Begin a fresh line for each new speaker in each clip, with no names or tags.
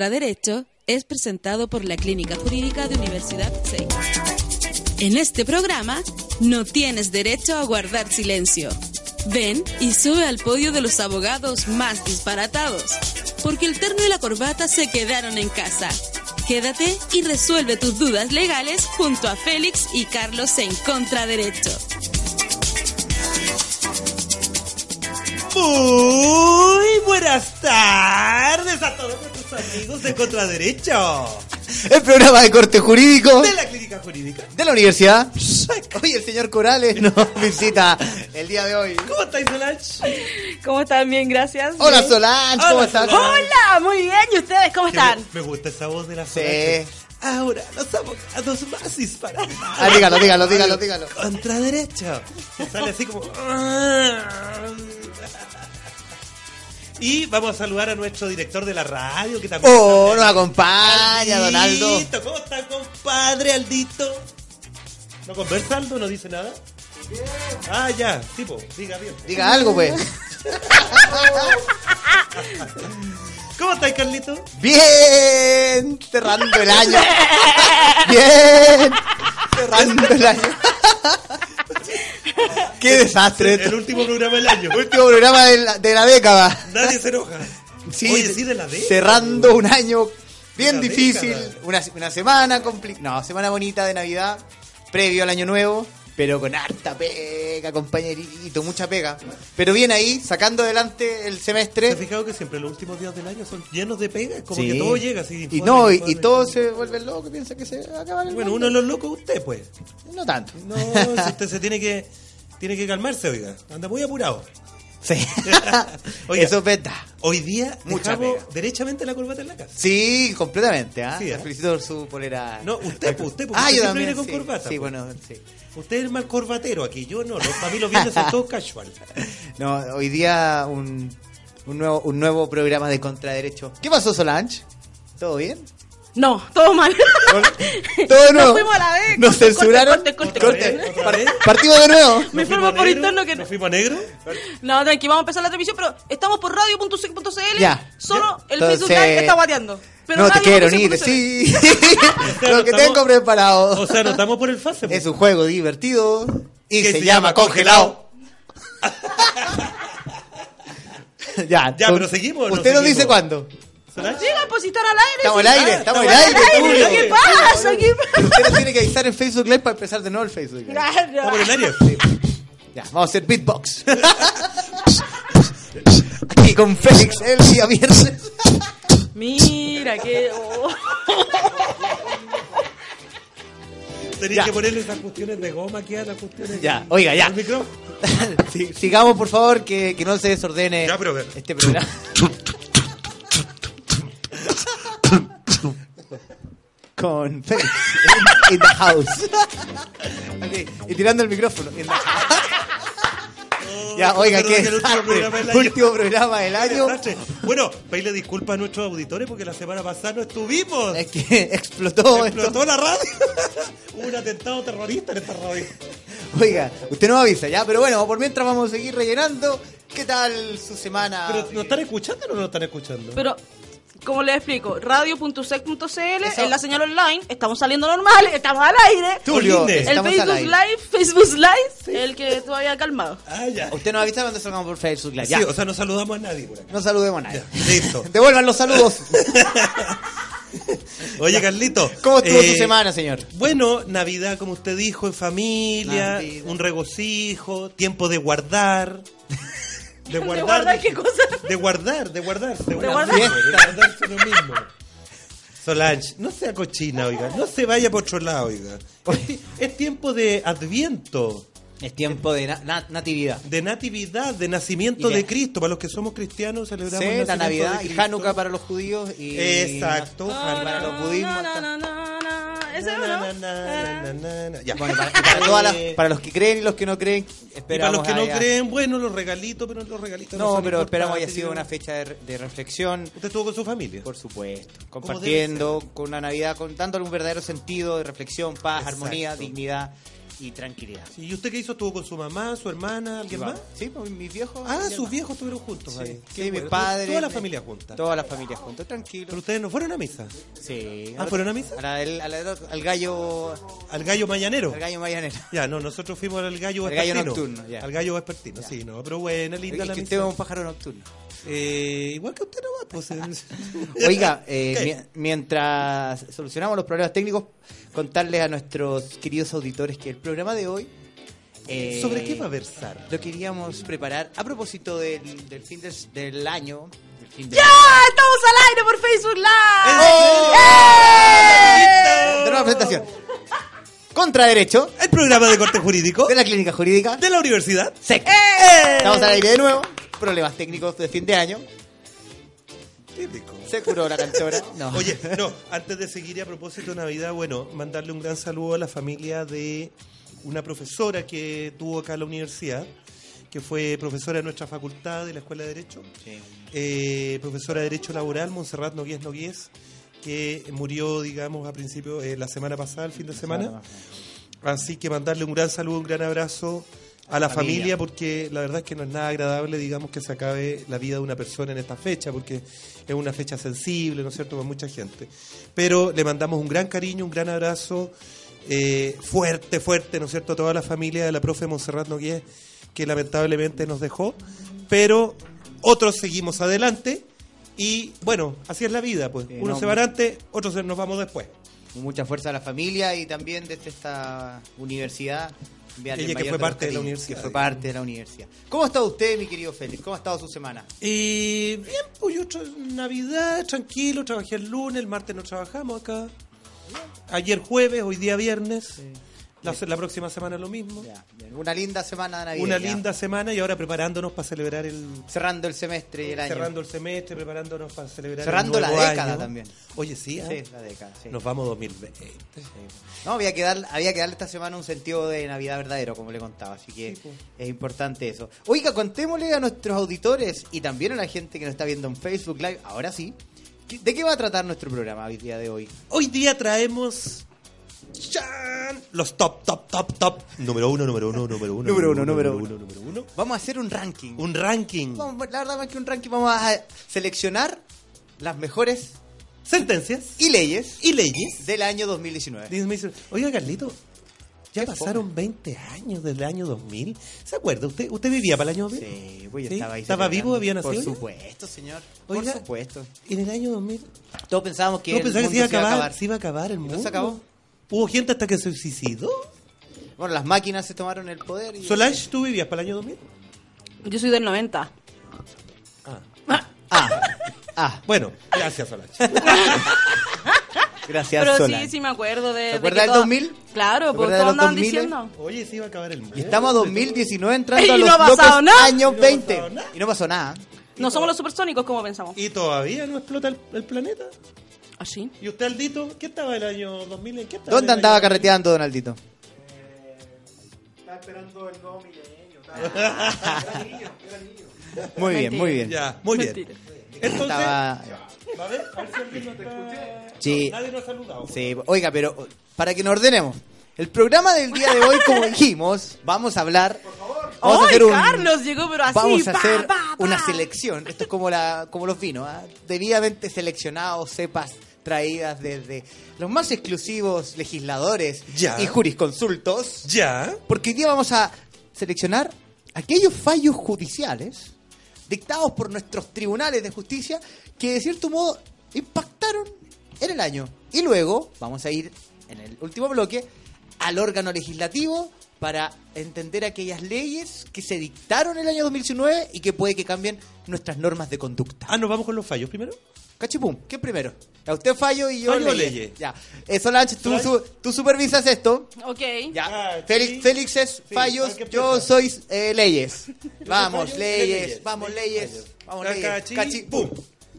Contraderecho es presentado por la Clínica Jurídica de Universidad 6. En este programa no tienes derecho a guardar silencio. Ven y sube al podio de los abogados más disparatados, porque el terno y la corbata se quedaron en casa. Quédate y resuelve tus dudas legales junto a Félix y Carlos en Contraderecho.
Muy buenas tardes a todos nuestros amigos de Contraderecho.
El programa de corte jurídico
De la clínica jurídica.
de la universidad. Hoy el señor Corales nos visita el día de hoy.
¿Cómo estáis, Solange?
¿Cómo están? Bien, gracias.
Hola
Bien.
Solange, ¿cómo
Hola,
estás?
Hola, muy bien. ¿Y ustedes cómo están?
Me, me gusta esa voz de la
Sí.
Solange. Ahora los abogados más disparados.
Ah, dígalo, dígalo, dígalo, dígalo.
Contraderecho. Que sale así como. Y vamos a saludar a nuestro director de la radio que también.
Oh, nos acompaña Donaldo.
Aldito, ¿Cómo está, compadre Aldito? ¿No conversa Aldo? ¿No dice nada? Ah, ya, tipo, diga bien.
Diga algo, pues.
¿Cómo estáis, Carlito?
Bien, cerrando el año. Bien, cerrando el año. Qué
El
desastre.
último programa del año.
Último programa de la, de la década.
Nadie se enoja.
Sí,
Oye, sí, de la D.
cerrando un año bien
la
difícil,
década.
una, una semana complicada, no, semana bonita de Navidad, previo al año nuevo, pero con harta pega, compañerito, mucha pega. Pero bien ahí, sacando adelante el
¿Te has
semestre.
fijado que siempre los últimos días del año son llenos de pegas? Como
Sí.
que todo llega así.
Y no, y, y
informe.
todos se vuelven locos, piensan que se acaba el
Bueno, uno
mundo.
de los locos es usted, pues.
No tanto.
No, si usted se tiene que, tiene que calmarse, oiga. Anda muy apurado.
Sí.
Oiga.
Eso es verdad.
Hoy día
Mucha
dejamos
pega.
derechamente la corbata en la casa.
Sí, completamente, ¿ah?
Sí, ¿eh?
Felicito por su polera.
No, usted, pues, usted, porque
Ah,
usted
yo
siempre
también,
viene con
sí.
corbata,
Sí,
pues.
bueno, sí.
Usted es el mal corbatero aquí, yo no. Los, para mí los viernes son todos casual.
No, hoy día un, un, nuevo, un nuevo programa de contraderecho. ¿Qué pasó, Solange? ¿Todo bien?
No, todo mal.
¿Todo de
Nos
nuevo?
fuimos a la vez.
¿Nos
Corte,
censuraron?
corte, corte,
corte.
Corte.
Otra
Par-
vez.
Partimos de nuevo.
Me
¿Nos fuimos
informo
a
por
negro?
interno que no.
¿Nos fuimos a negro?
No, tranqui, vamos a empezar la transmisión, pero estamos por radio.sec.cl.
Ya.
Solo el
Entonces-
Facebook Live está guateando. Pero
no te quiero ni
radio.sec.cl.
decir
O sea,
lo
no
que
estamos-
tengo preparado.
O sea, nos estamos por el fase. pues.
es un juego divertido y
Que
se, llama Congelado. ya,
Ya,
tú-
pero seguimos, no
¿Usted nos dice
seguimos.
cuándo?
¿Solange?
Diga, pues si están al aire.
Estamos
si-
al aire,
Ah,
estamos al
estamos
aire.
al aire,
estamos al
¿qué
aire.
pasa? ¿Qué
Usted nos tiene que avisar en Facebook Live para empezar de nuevo el Facebook Live.
Claro.
Estamos por el área.
Ya, vamos a hacer beatbox. Aquí con Félix el día viernes.
Mira, qué. oh.
Tenéis
Ya.
que ponerle esas cuestiones de goma aquí a las cuestiones.
Ya, oiga, ya.
El micrófono.
Sí, sigamos, por favor, que, que no se desordene
Ya, pero a ver.
este programa. con Félix in, in the house. Ok, y tirando el micrófono. in the house. Ya,
Oh,
oiga,
perdón,
qué
que el último
desastre.
programa del año.
Último programa del
Qué
año.
desastre. Bueno, pedirle disculpas a nuestros auditores porque la semana pasada no estuvimos.
Es que explotó, esto.
Explotó la radio. Hubo un atentado terrorista en esta radio.
Oiga, usted nos avisa ya, pero bueno, por mientras vamos a seguir rellenando. ¿Qué tal su semana?
¿Pero nos están escuchando o no nos están escuchando?
Pero, como les explico, radio.sec.cl
Eso.
es la señal online, estamos saliendo normal, estamos al aire.
Tulio,
Olinde.
El
estamos al
Facebook
aire.
Live, Facebook Live, el que todavía calmado.
Ah, ya.
Usted nos avisa cuando salgamos por Facebook Live.
Sí,
Ya,
o sea, no saludamos a nadie por acá.
no saludemos a nadie.
Ya, listo.
Devuelvan los saludos.
Oye, Carlito.
¿Cómo estuvo
eh,
su semana, señor?
Bueno, Navidad, como usted dijo, en familia,
Navidad.
un regocijo, tiempo de guardar. De guardar.
guardar qué cosa?
De guardar, de guardar. De,
guardar?
De guardarse uno mismo. Solange, no sea cochina, oiga. No se vaya por otro lado, oiga. Es, ti- es tiempo de adviento,
Es tiempo de na- na- natividad.
de natividad, de nacimiento
Y de-
de Cristo. Para los que somos cristianos celebramos
Sí,
el
la
nacimiento
Navidad
de
y
Cristo.
Hanukkah para los judíos y Ah.
Exacto,
para los budismos. está-
¿Ese
Na,
no?
na, na, na, na, na. Ya.
Bueno, y para, y para todas las- para los que creen Eh, y los que no creen,
Y para
esperamos
los que no
haya-
creen, bueno, los regalitos, pero los regalitos no,
No,
son
pero esperamos haya
importantes,
sido
¿no?
una fecha de, de reflexión,
Usted estuvo con su familia.
por supuesto, compartiendo con una Navidad, con dándole un verdadero sentido de reflexión, paz,
Exacto.
armonía, dignidad
y tranquilidad.
Sí, ¿Y usted qué hizo? ¿Estuvo con su mamá, su hermana, alguien
Iván.
más?
Sí, pues mis viejos. mi
Ah,
hermano.
sus viejos estuvieron juntos
Sí,
ahí.
sí,
Qué
mis
bueno.
padres.
Toda la
mi-
familia junta.
Toda la familia junta, tranquilo.
Pero ustedes no fueron a misa.
Sí.
Ah, ¿fueron a misa?
A la del- a la del- al gallo.
Al gallo mañanero.
Al gallo mayanero.
Ya, no, nosotros fuimos al gallo
Al gallo
vespertino.
nocturno, ya.
Al gallo vespertino, sí, no. Pero buena, linda
Es
la
que
misa.
usted es un pájaro nocturno.
Eh, igual que usted no va, pues. eh.
Oiga, eh,
¿Qué?
mien- mientras solucionamos los problemas técnicos, contarles a nuestros queridos auditores que el programa de hoy. eh,
¿Sobre qué va a versar?
Lo queríamos preparar a propósito del, del fin del, del año. del fin del-
¡Ya! ¡Ah! ¡Estamos al aire por Facebook Live!
¡Oh!
¡Eh!
De nueva presentación. Contraderecho
El programa de corte jurídico
de la Clínica Jurídica
de la universidad.
SEC. Estamos al aire de nuevo. Problemas técnicos de fin de año.
Típico.
Se curó la cantora. No.
Oye, no, antes de seguir y a propósito de Navidad, bueno, mandarle un gran saludo a la familia de una profesora que tuvo acá en la universidad, que fue profesora de nuestra facultad de la Escuela de Derecho, eh, profesora de Derecho Laboral, Montserrat Nogués Nogués, que murió, digamos, a principio, eh, la semana pasada, el fin de semana. Así que mandarle un gran saludo, un gran abrazo a la familia.
familia,
porque la verdad es que no es nada agradable, digamos, que se acabe la vida de una persona en esta fecha, porque es una fecha sensible, ¿no es cierto?, para mucha gente. Pero le mandamos un gran cariño, un gran abrazo, eh, fuerte, fuerte, ¿no es cierto?, a toda la familia de la profe Monserrat Nogués, que lamentablemente nos dejó, pero otros seguimos adelante. Y bueno, así es la vida, pues.
Sí,
Uno
no,
se va adelante, otros se- nos vamos después.
Mucha fuerza a la familia y también desde esta universidad. Vean,
Ella
el
que
mayor
fue
los
parte de la
cariños,
universidad,
Que fue
digamos.
parte de la universidad. ¿Cómo ha estado usted, mi querido Félix? ¿Cómo ha estado su semana?
Eh, bien, pues yo tra- Navidad, tranquilo, trabajé el lunes, el martes no trabajamos acá. Ayer jueves, hoy día viernes. La, la próxima semana lo mismo.
Ya, bien. Una linda semana navideña.
Una linda semana y ahora preparándonos para celebrar el...
Cerrando el semestre y el año.
Cerrando el semestre, preparándonos para celebrar
Cerrando
el
la
nuevo
década
año.
también.
Oye, sí, ¿ah?
Sí, la década, sí.
nos vamos 2020.
No, había que, dar, había que darle esta semana un sentido de Navidad verdadero, como le contaba, así que es importante eso. Oiga, contémosle a nuestros auditores y también a la gente que nos está viendo en Facebook Live, ahora sí, ¿qué- ¿de qué va a tratar nuestro programa hoy día de hoy?
Hoy día traemos... ¡Chan! Los top, top, top, top. Número uno, número uno, número uno.
Número uno, número
uno, número uno.
Vamos a hacer un ranking.
Un ranking.
Vamos- la verdad, más que un ranking, vamos a seleccionar las mejores
Sentencias.
y leyes
y leyes.
del año 2019.
Dice, me dice, oiga Carlito, ya
Qué
pasaron 20 años desde el año 2000. ¿Se acuerda? ¿Usted, usted vivía para el año 2000?
Sí, pues yo
Sí,
estaba ahí.
vivo? ¿Había
celebrando.
nacido?
Por
ya?
supuesto, señor.
Oiga,
Por supuesto.
En el año 2000.
Todos pensábamos que
¿No
el
pensaba que
mundo
se iba a acabar? Se iba a acabar el
no se
mundo.
acabó.
¿Hubo gente hasta que se suicidó?
Bueno, las máquinas se tomaron el poder y...
Solange, ¿tú vivías para el año 2000?
Yo soy del 90.
Ah, ah,
Bueno, gracias Solange.
gracias,
Pero
Solange.
sí, sí me acuerdo de.
¿Se
de
acuerda
que
del
todas-
2000?
Claro,
¿Se
pues
acuerda de
todos
los
andaban
eh?
2000?
diciendo.
Oye, se iba a acabar el mundo.
Y estamos a 2019 entrando a
Y
los
no ha
bloques
pasado nada.
años
Y no ha
20.
pasado nada.
Y no pasó nada.
No somos los supersónicos como pensamos.
¿Y todavía no explota el, el planeta?
¿Así?
¿Y usted, Aldito? ¿Qué estaba el año 2000? ¿En qué estaba el
¿Dónde andaba
año-
carreteando, Donaldito? Muy bien, muy bien.
Ya, muy bien.
Mentira.
Entonces,
Estaba...
a ver, a ver si Aldito está...
Sí.
Nadie nos ha saludado.
Sí, oiga, pero para que nos ordenemos. El programa del día de hoy, como dijimos, vamos a hablar... Vamos a
¡Ay,
hacer un...
Carlos! Llegó, pero así.
Vamos a
pa,
hacer
pa, pa.
una selección. Esto es como, la, como los vinos, ¿ah? debidamente seleccionados, cepas traídas desde los más exclusivos legisladores
Ya.
y jurisconsultos.
Ya.
Porque hoy día vamos a seleccionar aquellos fallos judiciales dictados por nuestros tribunales de justicia que de cierto modo impactaron en el año. Y luego vamos a ir en el último bloque al órgano legislativo para entender aquellas leyes que se dictaron en el año 2019 y que puede que cambien nuestras normas de conducta.
Ah, nos vamos con los fallos primero.
Cachipum, ¿qué primero? A usted fallo y yo
Fallo o
leyes.
leyes.
Ya. Eh, Solange, tú,
Solange.
su- tú supervisas esto.
Ok.
Ya.
Ah,
Félix,
sí.
Félix es
Sí, hay
fallos,
que
yo
empezar.
soy eh, leyes. Vamos,
Fallos,
leyes, vamos, leyes,
Fallos.
vamos,
Ca-
leyes.
Cachi,
Cachi-
pum.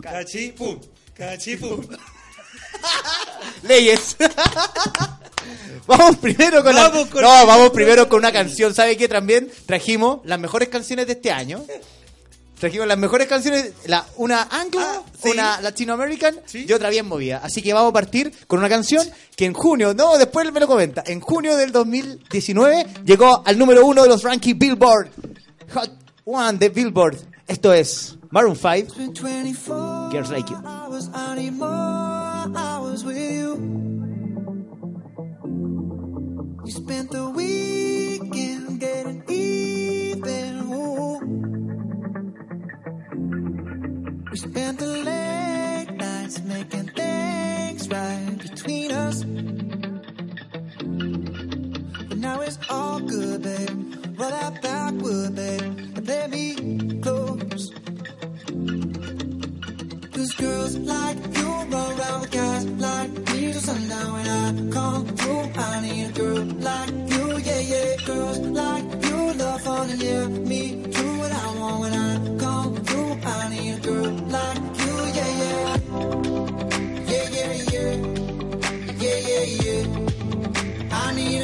Cachi, pum. Cachi, pum.
Leyes. vamos primero con, la-
Vamos con-
No, vamos primero con una canción. ¿Sabe qué? También trajimos las mejores canciones de este año. Trajimos las mejores canciones, la, una anglo,
Ah, sí.
una latino american
Sí.
y otra bien movida. Así que vamos a partir con una canción que en junio, no, después me lo comenta, en junio del 2019 llegó al número uno de los rankings Billboard. Hot One de Billboard. Esto es Maroon 5,
been 24
Girls Like You.
hours. I need more hours with you. You spent the weekend getting even. ooh. We spent the late nights making things right between us. But now it's all good, babe. Roll out that wood, babe, and play me close. Cause girls like you run around with guys like me till sundown when I come through. I need a girl like you, yeah, yeah. Girls like you love fun and yeah, me do what I want when I come through. I need a girl like you, yeah, yeah. Yeah, yeah, yeah. Yeah, yeah, yeah. I need a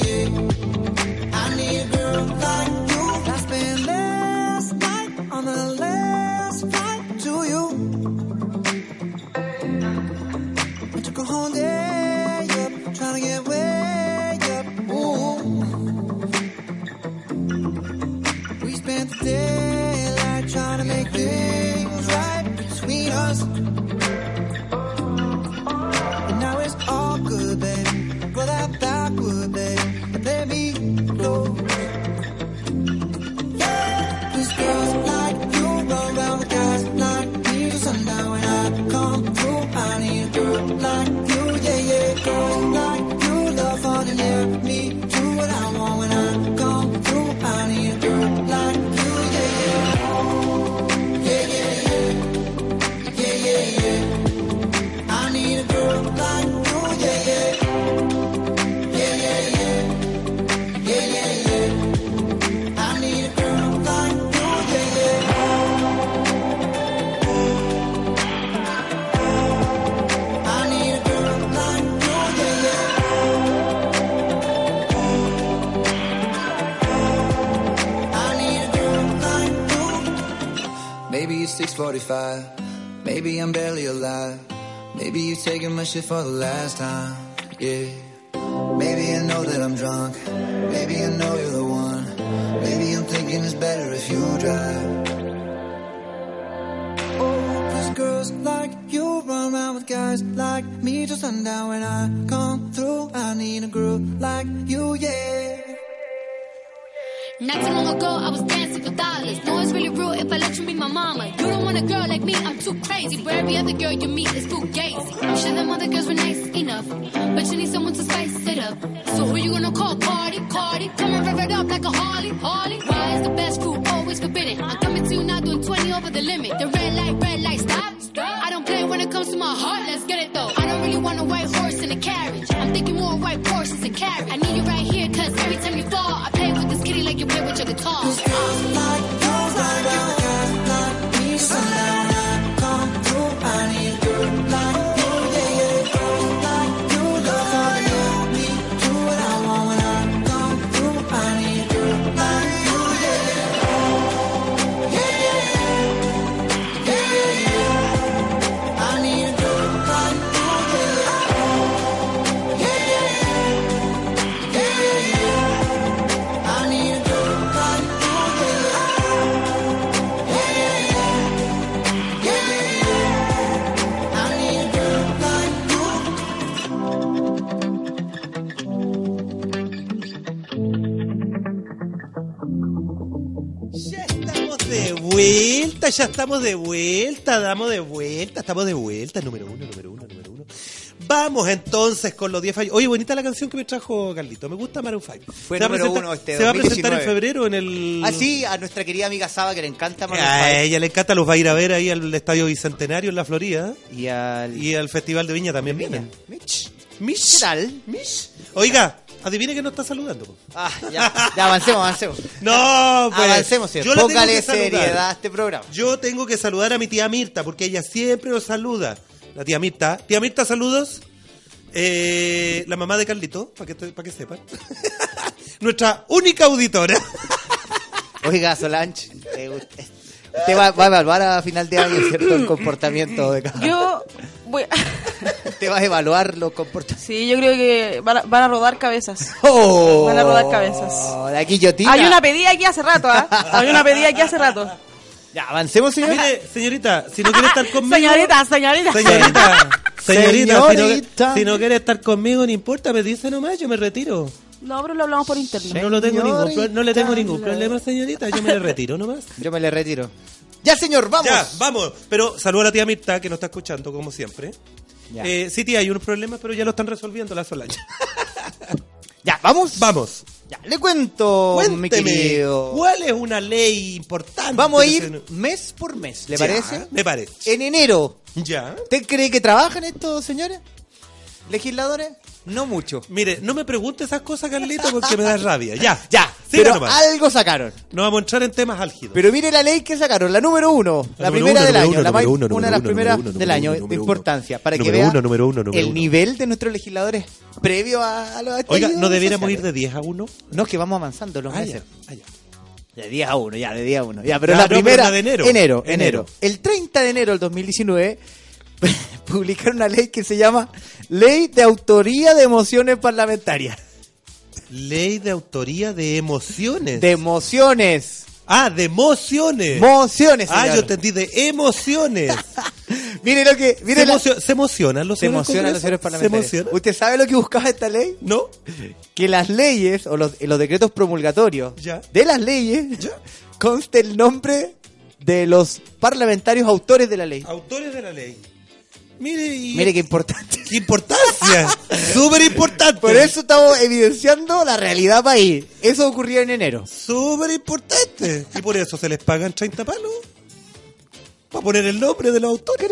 yeah. I need a girl like you. I spent last night on the last flight to you. I took a whole day up, trying to get way up. Ooh. We spent the daylight trying to make things right between us. And now it's all good, baby. Roll out that wood, baby. And let me go. Yeah. 'Cause girls like you run around with guys like me till sundown. When I come through, I need a girl like you, yeah, yeah. Girls like you love fun and yeah, me do what I want when I come through. I need a girl like you, yeah, yeah. Yeah, yeah, yeah. Yeah, yeah, yeah. I need a girl like you, yeah, yeah. Yeah, yeah, yeah. Yeah, yeah, yeah. I need a girl like you, yeah, yeah. I need a girl like you, yeah, yeah. I need a girl like you.
Maybe it's 6:45. Maybe I'm barely alive. Maybe you're taking my shit for the last time. Yeah. Maybe I know that I'm drunk. Maybe I know you're the one. Maybe I'm thinking it's better if you drive. Oh,
Cause girls like you run around with guys like me till sundown when I come through. I need a girl like you, yeah.
Not too long ago, I was dancing for dollars. No, it's really rude if I let you be my mama. You don't want a girl like me, I'm too crazy. Where every other girl you meet is too gazy. I'm sure them other girls were nice enough, but you need someone to spice it up. So who you gonna call? Cardi, Cardi. Come and rev it up like a Harley, Harley. Why is the best food always forbidden? I'm coming to you now doing 20 over the limit. The red light, red light, stop. I don't play when it comes to my heart, let's get it though. I don't really want a white horse in a carriage. I'm thinking more white horses and carriage. I need you right here, cause every time you fall, I play with this kitty like you play with your guitar.
Like girls like you. Guys like me till sundown when I come through. I need a girl like you, yeah, yeah. Girls like you love all the love me. Do what I want when I come through. I need a girl like you, yeah, yeah. Yeah, yeah, yeah. Yeah, yeah, yeah. I need a girl like you, yeah, yeah. Yeah, yeah, yeah. Yeah, yeah, yeah. I need a girl like you, yeah, yeah.
Ya estamos de vuelta, ya estamos de vuelta, damos de vuelta, estamos de vuelta, número uno, número uno, número uno. Vamos entonces con los 10 fallos. Oye, bonita la canción que me trajo Carlito, me gusta Maroon 5.
Fue
va a
número
presentar-
uno este
Se va a presentar en
2019.
febrero en el...
Ah, sí, a nuestra querida amiga Saba que le encanta Maroon
A
5.
ella le encanta, los va a ir a ver ahí al Estadio Bicentenario en la Florida
Y al...
y al Festival de Viña también
Mira,
vienen.
Mitch.
Mish.
¿Qué tal?
Oiga, adivine que no está saludando. po.
Ah, ya, ya, avancemos, avancemos.
No, pues.
avancemos, señor.
Yo la tengo
Póngale
que saludar.
seriedad a este programa.
Yo tengo que saludar a mi tía Mirta, porque ella siempre nos saluda. La tía Mirta. Tía Mirta, saludos. Eh, la mamá de Carlito, para que, te- pa' que sepan. Nuestra única auditora.
Oiga, Solange, eh, usted, usted va, va a evaluar a final de año ¿cierto? el comportamiento de cada.
Yo voy.
Usted va a evaluar los comportamientos.
Sí, yo creo que van a, van a rodar cabezas.
¡Oh!
Van a rodar cabezas.
La guillotina.
Hay una pedida aquí hace rato, ¿ah? Hay una pedida aquí hace rato.
Ya, avancemos, señor.
Mire, señorita, si no quiere estar conmigo.
Señorita, señorita.
Señorita, señorita, si no-
Señorita.
si no quiere estar conmigo, no importa, me dice nomás, yo me retiro.
No, pero lo hablamos por internet.
No, lo tengo ningún, pro-
Señorita.
no le tengo ningún problema, señorita, yo me le retiro nomás.
Yo me le retiro. Ya, señor, vamos.
Ya, vamos. Pero saludo a la tía Mirta, que nos está escuchando, como siempre.
Ya.
Eh, sí, tía, hay unos problemas, pero ya lo están resolviendo la Solange.
Ya, vamos.
Vamos.
Ya, le cuento, Oh, mi
Cuénteme,
querido.
¿cuál es una ley importante?
Vamos a
que se
ir
nos-
mes por mes, ¿le
Ya,
parece?
Me parece.
En enero.
Ya.
¿Usted cree que trabajan estos señores? ¿Legisladores? No mucho.
Mire, no me pregunte esas cosas, Carlito, porque me da rabia. Ya,
Ya,
Siga
pero
nomás.
algo sacaron.
No vamos a entrar en temas álgidos.
Pero mire la ley que sacaron, la número uno, la,
número
primera
uno, número
del año,
uno,
la
número
mai-
uno, número
una de las
uno,
primeras
número uno,
del
número
año
uno,
de
número uno.
importancia, para que
Número
vea
uno, número uno, número
el
uno.
nivel de nuestros legisladores previo a, a los
Oiga,
estallidos
¿no debiéramos ir
sociales.
de 10 a 1?
No, es que vamos avanzando los
Ah,
meses.
ya, ah, ya.
De 10 a 1, ya, de 10 a 1. Ya, pero
Ya,
la
Ah, no, pero
primera.
la de enero.
Enero,
Enero.
enero. El 30 de enero del 2019 publicaron una ley que se llama Ley de Autoría de Emociones Parlamentarias.
Ley de autoría de emociones.
De emociones.
Ah, de emociones.
Mociones.
ah,
señor.
yo entendí, de emociones.
Mire lo que.
se,
Mire la-
emocio- se emocionan los
Se
señores Congreso?
emocionan los señores parlamentarios.
¿Se emocionan?
¿Usted sabe lo que buscaba esta ley?
¿No?
Que las leyes o los, los decretos promulgatorios
Ya.
de las leyes conste el nombre de los parlamentarios autores de la ley.
Autores de la ley. Mire, Ah, y-
Mire qué importante.
qué importancia. Súper importante.
Por eso estamos evidenciando la realidad país. Eso ocurría en enero.
Súper importante. Y por eso se les pagan 30 palos. Para poner el nombre de los autores.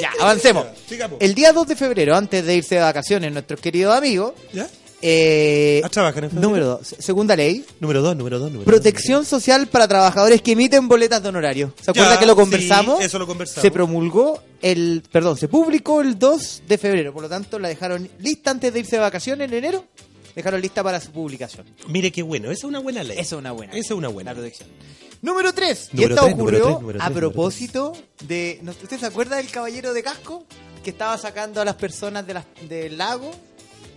Ya, avancemos.
Sigamos.
El día 2 de febrero, antes de irse de vacaciones, nuestros queridos amigos,
¿Ya?
eh,
Ah, trabajan en febrero.
número 2, segunda ley,
Número 2, número 2, número dos.
Protección social para trabajadores que emiten boletas de honorario. ¿Se
Ya,
acuerda que lo conversamos?
sí, eso lo conversamos.
Se promulgó el, perdón, se publicó el 2 de febrero, por lo tanto la dejaron lista antes de irse de vacaciones en enero. Dejaron lista para su publicación.
Mire qué bueno, esa es una buena ley.
Esa es una buena.
Esa es una buena.
La protección. Número 3. Y
Número
esta
tres, número
ocurrió
tres, número
a
tres, número
propósito de. ¿no- ¿Usted se acuerda del caballero de casco? Que estaba sacando a las personas de las- del lago.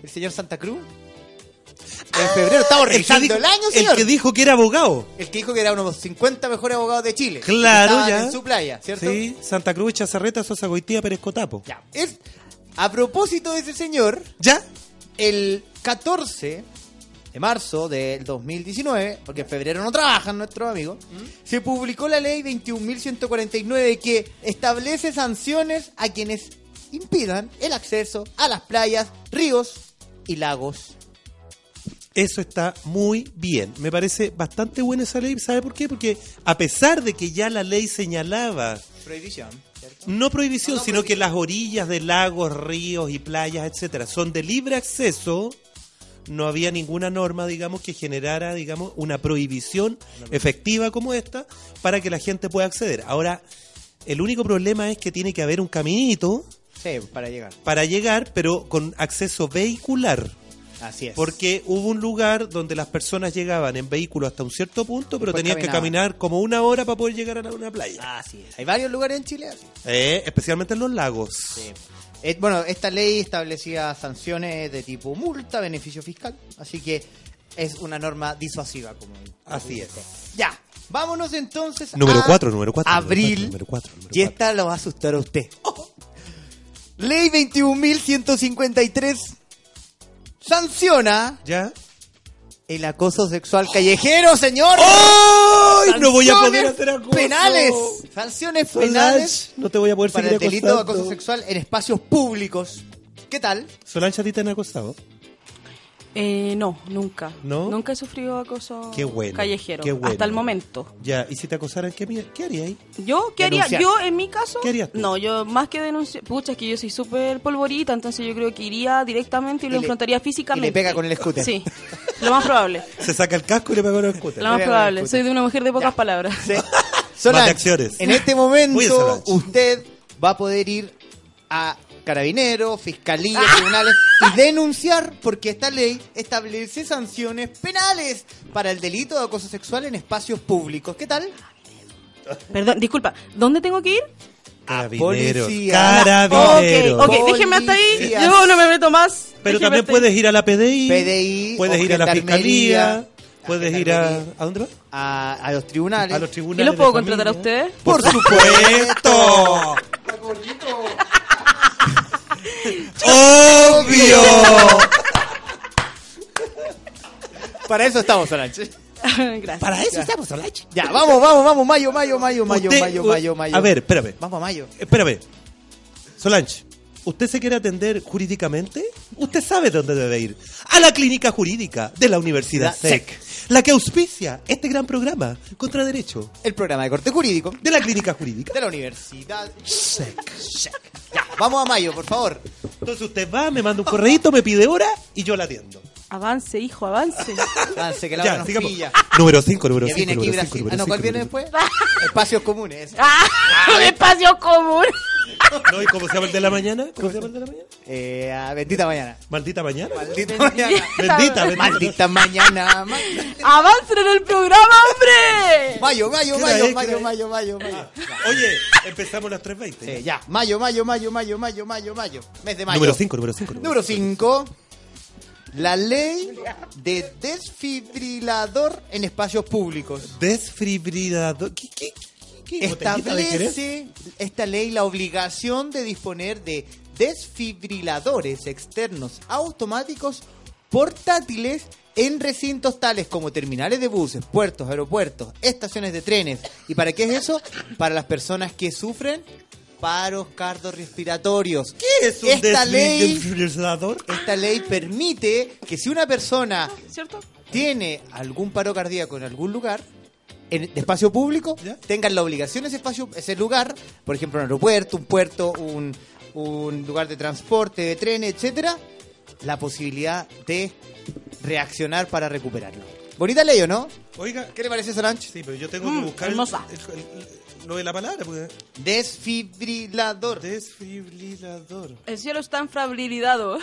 El señor Santa Cruz. En febrero estaba
¡Ah! El que,
revisando
dijo,
el año,
el
señor.
que dijo que era abogado.
El que dijo que era uno de los 50 mejores abogados de Chile.
Claro,
Que estaban
ya.
En su playa, ¿cierto?
Sí, Santa Cruz, Chazarreta, Sosa Goitía, Pérez Cotapo.
Ya. Es, a propósito de ese señor,
¿Ya?
el 14 de marzo del 2019, porque en febrero no trabajan nuestros amigos, se publicó la ley 21.149 que establece sanciones a quienes impidan el acceso a las playas, ríos y lagos.
Eso está muy bien. Me parece bastante buena esa ley. ¿Sabe por qué? Porque a pesar de que ya la ley señalaba
Prohibición.
no prohibición, sino que las orillas de lagos, ríos y playas, etcétera, son de libre acceso, no había ninguna norma, digamos, que generara, digamos, una prohibición efectiva como esta para que la gente pueda acceder. Ahora, el único problema es que tiene que haber un caminito
Sí, para llegar.
para llegar, pero con acceso vehicular.
Así es.
Porque hubo un lugar donde las personas llegaban en vehículo hasta un cierto punto, pero
Después
tenían que
caminaban.
caminar como una hora para poder llegar a la- una playa.
Así es. Hay varios lugares en Chile así.
Eh, especialmente en los lagos.
Sí. Eh, bueno, esta ley establecía sanciones de tipo multa, beneficio fiscal, así que es una norma disuasiva, como
Así es.
Ya, vámonos entonces
Número
a
4, número 4.
abril,
Número 4, número
y
4.
esta lo va a asustar a usted. Ley 21.153 sanciona
¿Ya?
el acoso sexual callejero, señor.
¡Ay! No ¡Oh! voy a poder
Sanciones
hacer acoso.
Penales, sanciones
Solange,
penales
No te voy a poder
para
seguir
el delito de
acosando.
acoso sexual en espacios públicos. ¿Qué tal?
Solange, ¿a ti te han acosado?
Eh, no, nunca.
¿No?
Nunca he sufrido acoso
Qué bueno,
callejero.
qué bueno.
Hasta el momento.
Ya, y si te acosaran, ¿qué, mi- qué harías ahí?
¿Yo qué haría?
Denunciar.
Yo, en mi caso...
¿Qué harías tú?
No, yo más que denunciar... Pucha, es que yo soy súper polvorita, entonces yo creo que iría directamente y lo
Y le-
enfrentaría físicamente.
y le pega con el scooter.
Sí, lo más probable.
Se saca el casco y le pegó el scooter.
Lo más
pega con el
probable.
scooter.
Soy de una mujer de pocas
Ya.
palabras.
Sí.
Más de
Solange,
acciones.
en este
Muy
momento
Solange.
usted va a poder ir a carabineros, fiscalías,
Ah.
tribunales y denunciar porque esta ley establece sanciones penales para el delito de acoso sexual en espacios públicos. ¿Qué tal?
Perdón, disculpa, ¿dónde tengo que ir?
Carabineros.
policía.
Carabineros.
Ok, ok, déjeme hasta ahí.
Policías.
Yo no me meto más.
Pero
déjeme
también
hasta ahí.
puedes ir a la PDI,
PDI,
puedes
o
ir a la
Gendarmería,
Fiscalía,
a
puedes ir a...
Gendarmería.
¿A dónde vas?
A, a los tribunales.
A los tribunales
¿Y los
de
puedo
familia.
contratar a ustedes?
¡Por supuesto!
¡Obvio!
Para eso estamos, Solange.
Gracias.
Para eso estamos, Solange.
Ya, vamos, vamos, vamos. Mayo, mayo, mayo, mayo,
Usted-
mayo, mayo, mayo.
A ver, espérame.
Vamos a mayo.
Espérame. Solange, ¿usted se quiere atender jurídicamente? Usted sabe dónde debe ir. A la clínica jurídica de la Universidad
La
SEC. La que auspicia este gran programa contra derecho
El programa de corte jurídico
de la clínica jurídica
de la universidad.
SEC.
Ya, vamos a mayo, por favor.
Entonces usted va, me manda un correíto, me pide hora y yo la atiendo.
Avance, hijo, avance.
Avance, que la hora
Ya,
nos
sigamos.
pilla.
Número 5, número
Que
5.
viene aquí
número
Brasil.
cinco,
Ah, no,
número
¿cuál
cinco,
viene
número
después? Espacios comunes.
¡Ah! Un espacio común.
cinco. No, ¿y cómo se llama el de la mañana? ¿Cómo se llama el de la mañana?
Eh, a bendita mañana.
Maldita mañana.
Maldita mañana.
Bendita, bendita.
Maldita mañana. ma-
¡Avancen en el programa, hombre!
Mayo, mayo,
¿Qué Ah. hora
mayo,
es? ¿Qué
mayo,
hora
mayo, mayo, mayo.
Oye, empezamos las 3.20.
Sí, ya. Mayo, mayo, mayo, mayo, mayo, mayo, mayo. Mes de mayo.
Número 5, número 5.
Número 5. La ley de desfibrilador en espacios públicos.
Desfibrilador. ¿Qué, qué, qué, qué botellita de Jerez?
Establece esta ley la obligación de disponer de desfibriladores externos automáticos portátiles en recintos tales como terminales de buses, puertos, aeropuertos, estaciones de trenes. ¿Y para qué es eso? Para las personas que sufren paros cardiorrespiratorios.
¿Qué es un
Esta
desfri-
ley,
desfibrilador?
esta ley permite que si una persona
¿Cierto?
tiene algún paro cardíaco en algún lugar, en de espacio público,
¿Ya?
tengan la obligación ese espacio, ese lugar, por ejemplo, un aeropuerto, un puerto, un, un lugar de transporte, de tren, etcétera, la posibilidad de reaccionar para recuperarlo. Bonita ley, ¿o no?
Oiga,
¿Qué le parece, Solange?
sí, pero yo tengo
Mm,
que buscar el-
hermosa.
el- el- lo de la palabra. Porque...
Desfibrilador.
Desfibrilador.
El cielo está enfrabilidado.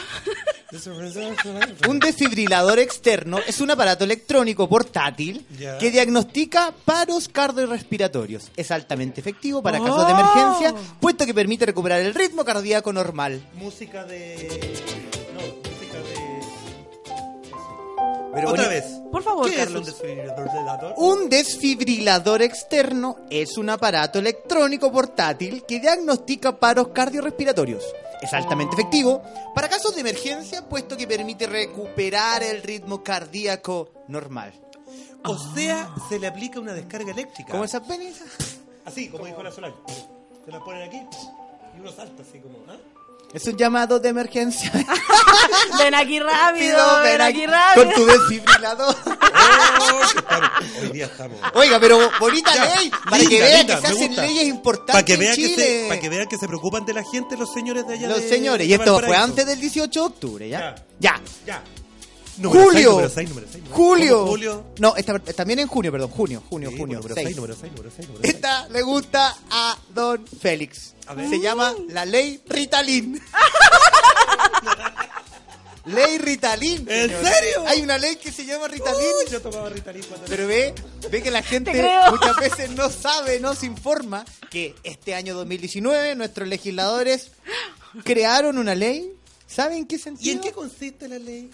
Desfibrilador.
Un desfibrilador externo es un aparato electrónico portátil
Ya.
que diagnostica paros cardiorrespiratorios. Es altamente efectivo para casos de emergencia, puesto que permite recuperar el ritmo cardíaco normal.
Música de... No, música de...
Pero
Otra
boni-
vez.
Por favor,
¿Qué
Carlos.
es un desfibrilador?
Un desfibrilador externo es un aparato electrónico portátil que diagnostica paros cardiorrespiratorios. Es altamente efectivo para casos de emergencia, puesto que permite recuperar el ritmo cardíaco normal.
O sea, se le aplica una descarga eléctrica.
¿Cómo esas penis?
Así, como dijo la Solange. Se la ponen aquí y uno salta así como... ¿ah?
Es un llamado de emergencia.
Ven aquí rápido,
Rápido,
ven
ven
aquí
aquí
rápido.
Con tu desfibrilador.
Oh, que estamos- Hoy día estamos...
Oiga, pero bonita
Ya,
ley. Para
linda,
que vean
linda,
que se
me
hacen
gusta.
leyes importantes
Para que,
en
vean que,
Chile.
se- pa' que vean que se preocupan de la gente los señores de allá.
Los
de-
señores. Y
de
esto fue
Valparaíso.
antes del 18 de octubre, ¿ya? Ya.
Ya. Número
Julio.
seis, número seis, número seis, número
Julio.
seis. Julio.
No, esta- también en junio, perdón. Junio, junio,
Sí,
junio.
Número
seis.
6, número 6, número 6.
Esta le gusta a don Félix.
A ver.
Se llama la ley Ritalin. ley Ritalin.
¿En
señores.
serio?
Hay una ley que se llama Ritalin.
Yo tomaba Ritalin cuando era-
Pero ve, ve que la gente
creo.
muchas veces no sabe, no se informa que este año 2019 nuestros legisladores crearon una ley. ¿Saben qué
¿Y
sentido?
en qué consiste la ley?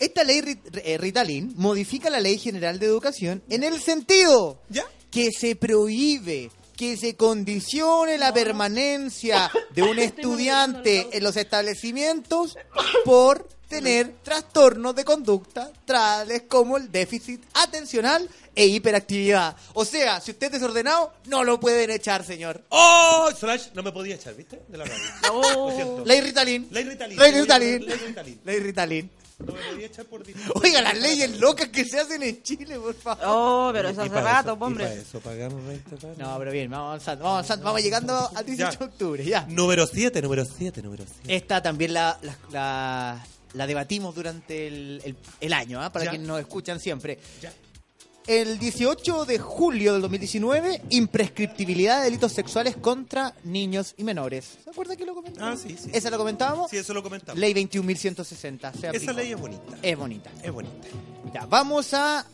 Esta ley Rit- eh, Ritalin modifica la Ley General de Educación en el sentido
¿Ya?
que se prohíbe que se condicione la permanencia de un estudiante en los establecimientos por tener
Mm.
trastornos de conducta tales como el déficit atencional e hiperactividad. O sea, si usted es desordenado, no lo pueden echar, señor.
¡Oh! Slash, no me podía echar, ¿viste? De la radio. Lo siento.
Ley Ritalin.
Ley Ritalin.
Ley Ritalin.
Ley Ritalin.
Ley Ritalin.
No me podía echar por distinto.
Oiga, las leyes locas que se hacen en Chile, por favor.
Oh, pero eso
Y
hace
pa'
rato,
eso, Y para
hombre.
eso pagamos 20 pesos.
No, pero bien, vamos avanzando, vamos avanzando, vamos llegando al 18 de
Ya.
octubre, ya.
Número 7, número 7, número 7.
Esta también la, la, la- la debatimos durante el, el- el año, ¿ah? para
Ya.
quienes nos escuchan siempre.
Ya.
el 18 de julio del 2019, imprescriptibilidad de delitos sexuales contra niños y menores. ¿Se acuerda que lo
Ah,
comentamos?
sí, sí.
Esa la comentábamos.
Sí, eso lo comentamos.
Ley 21.160. se aplicó.
Esa ley es bonita.
Es bonita.
Es bonita.
Ya, vamos a.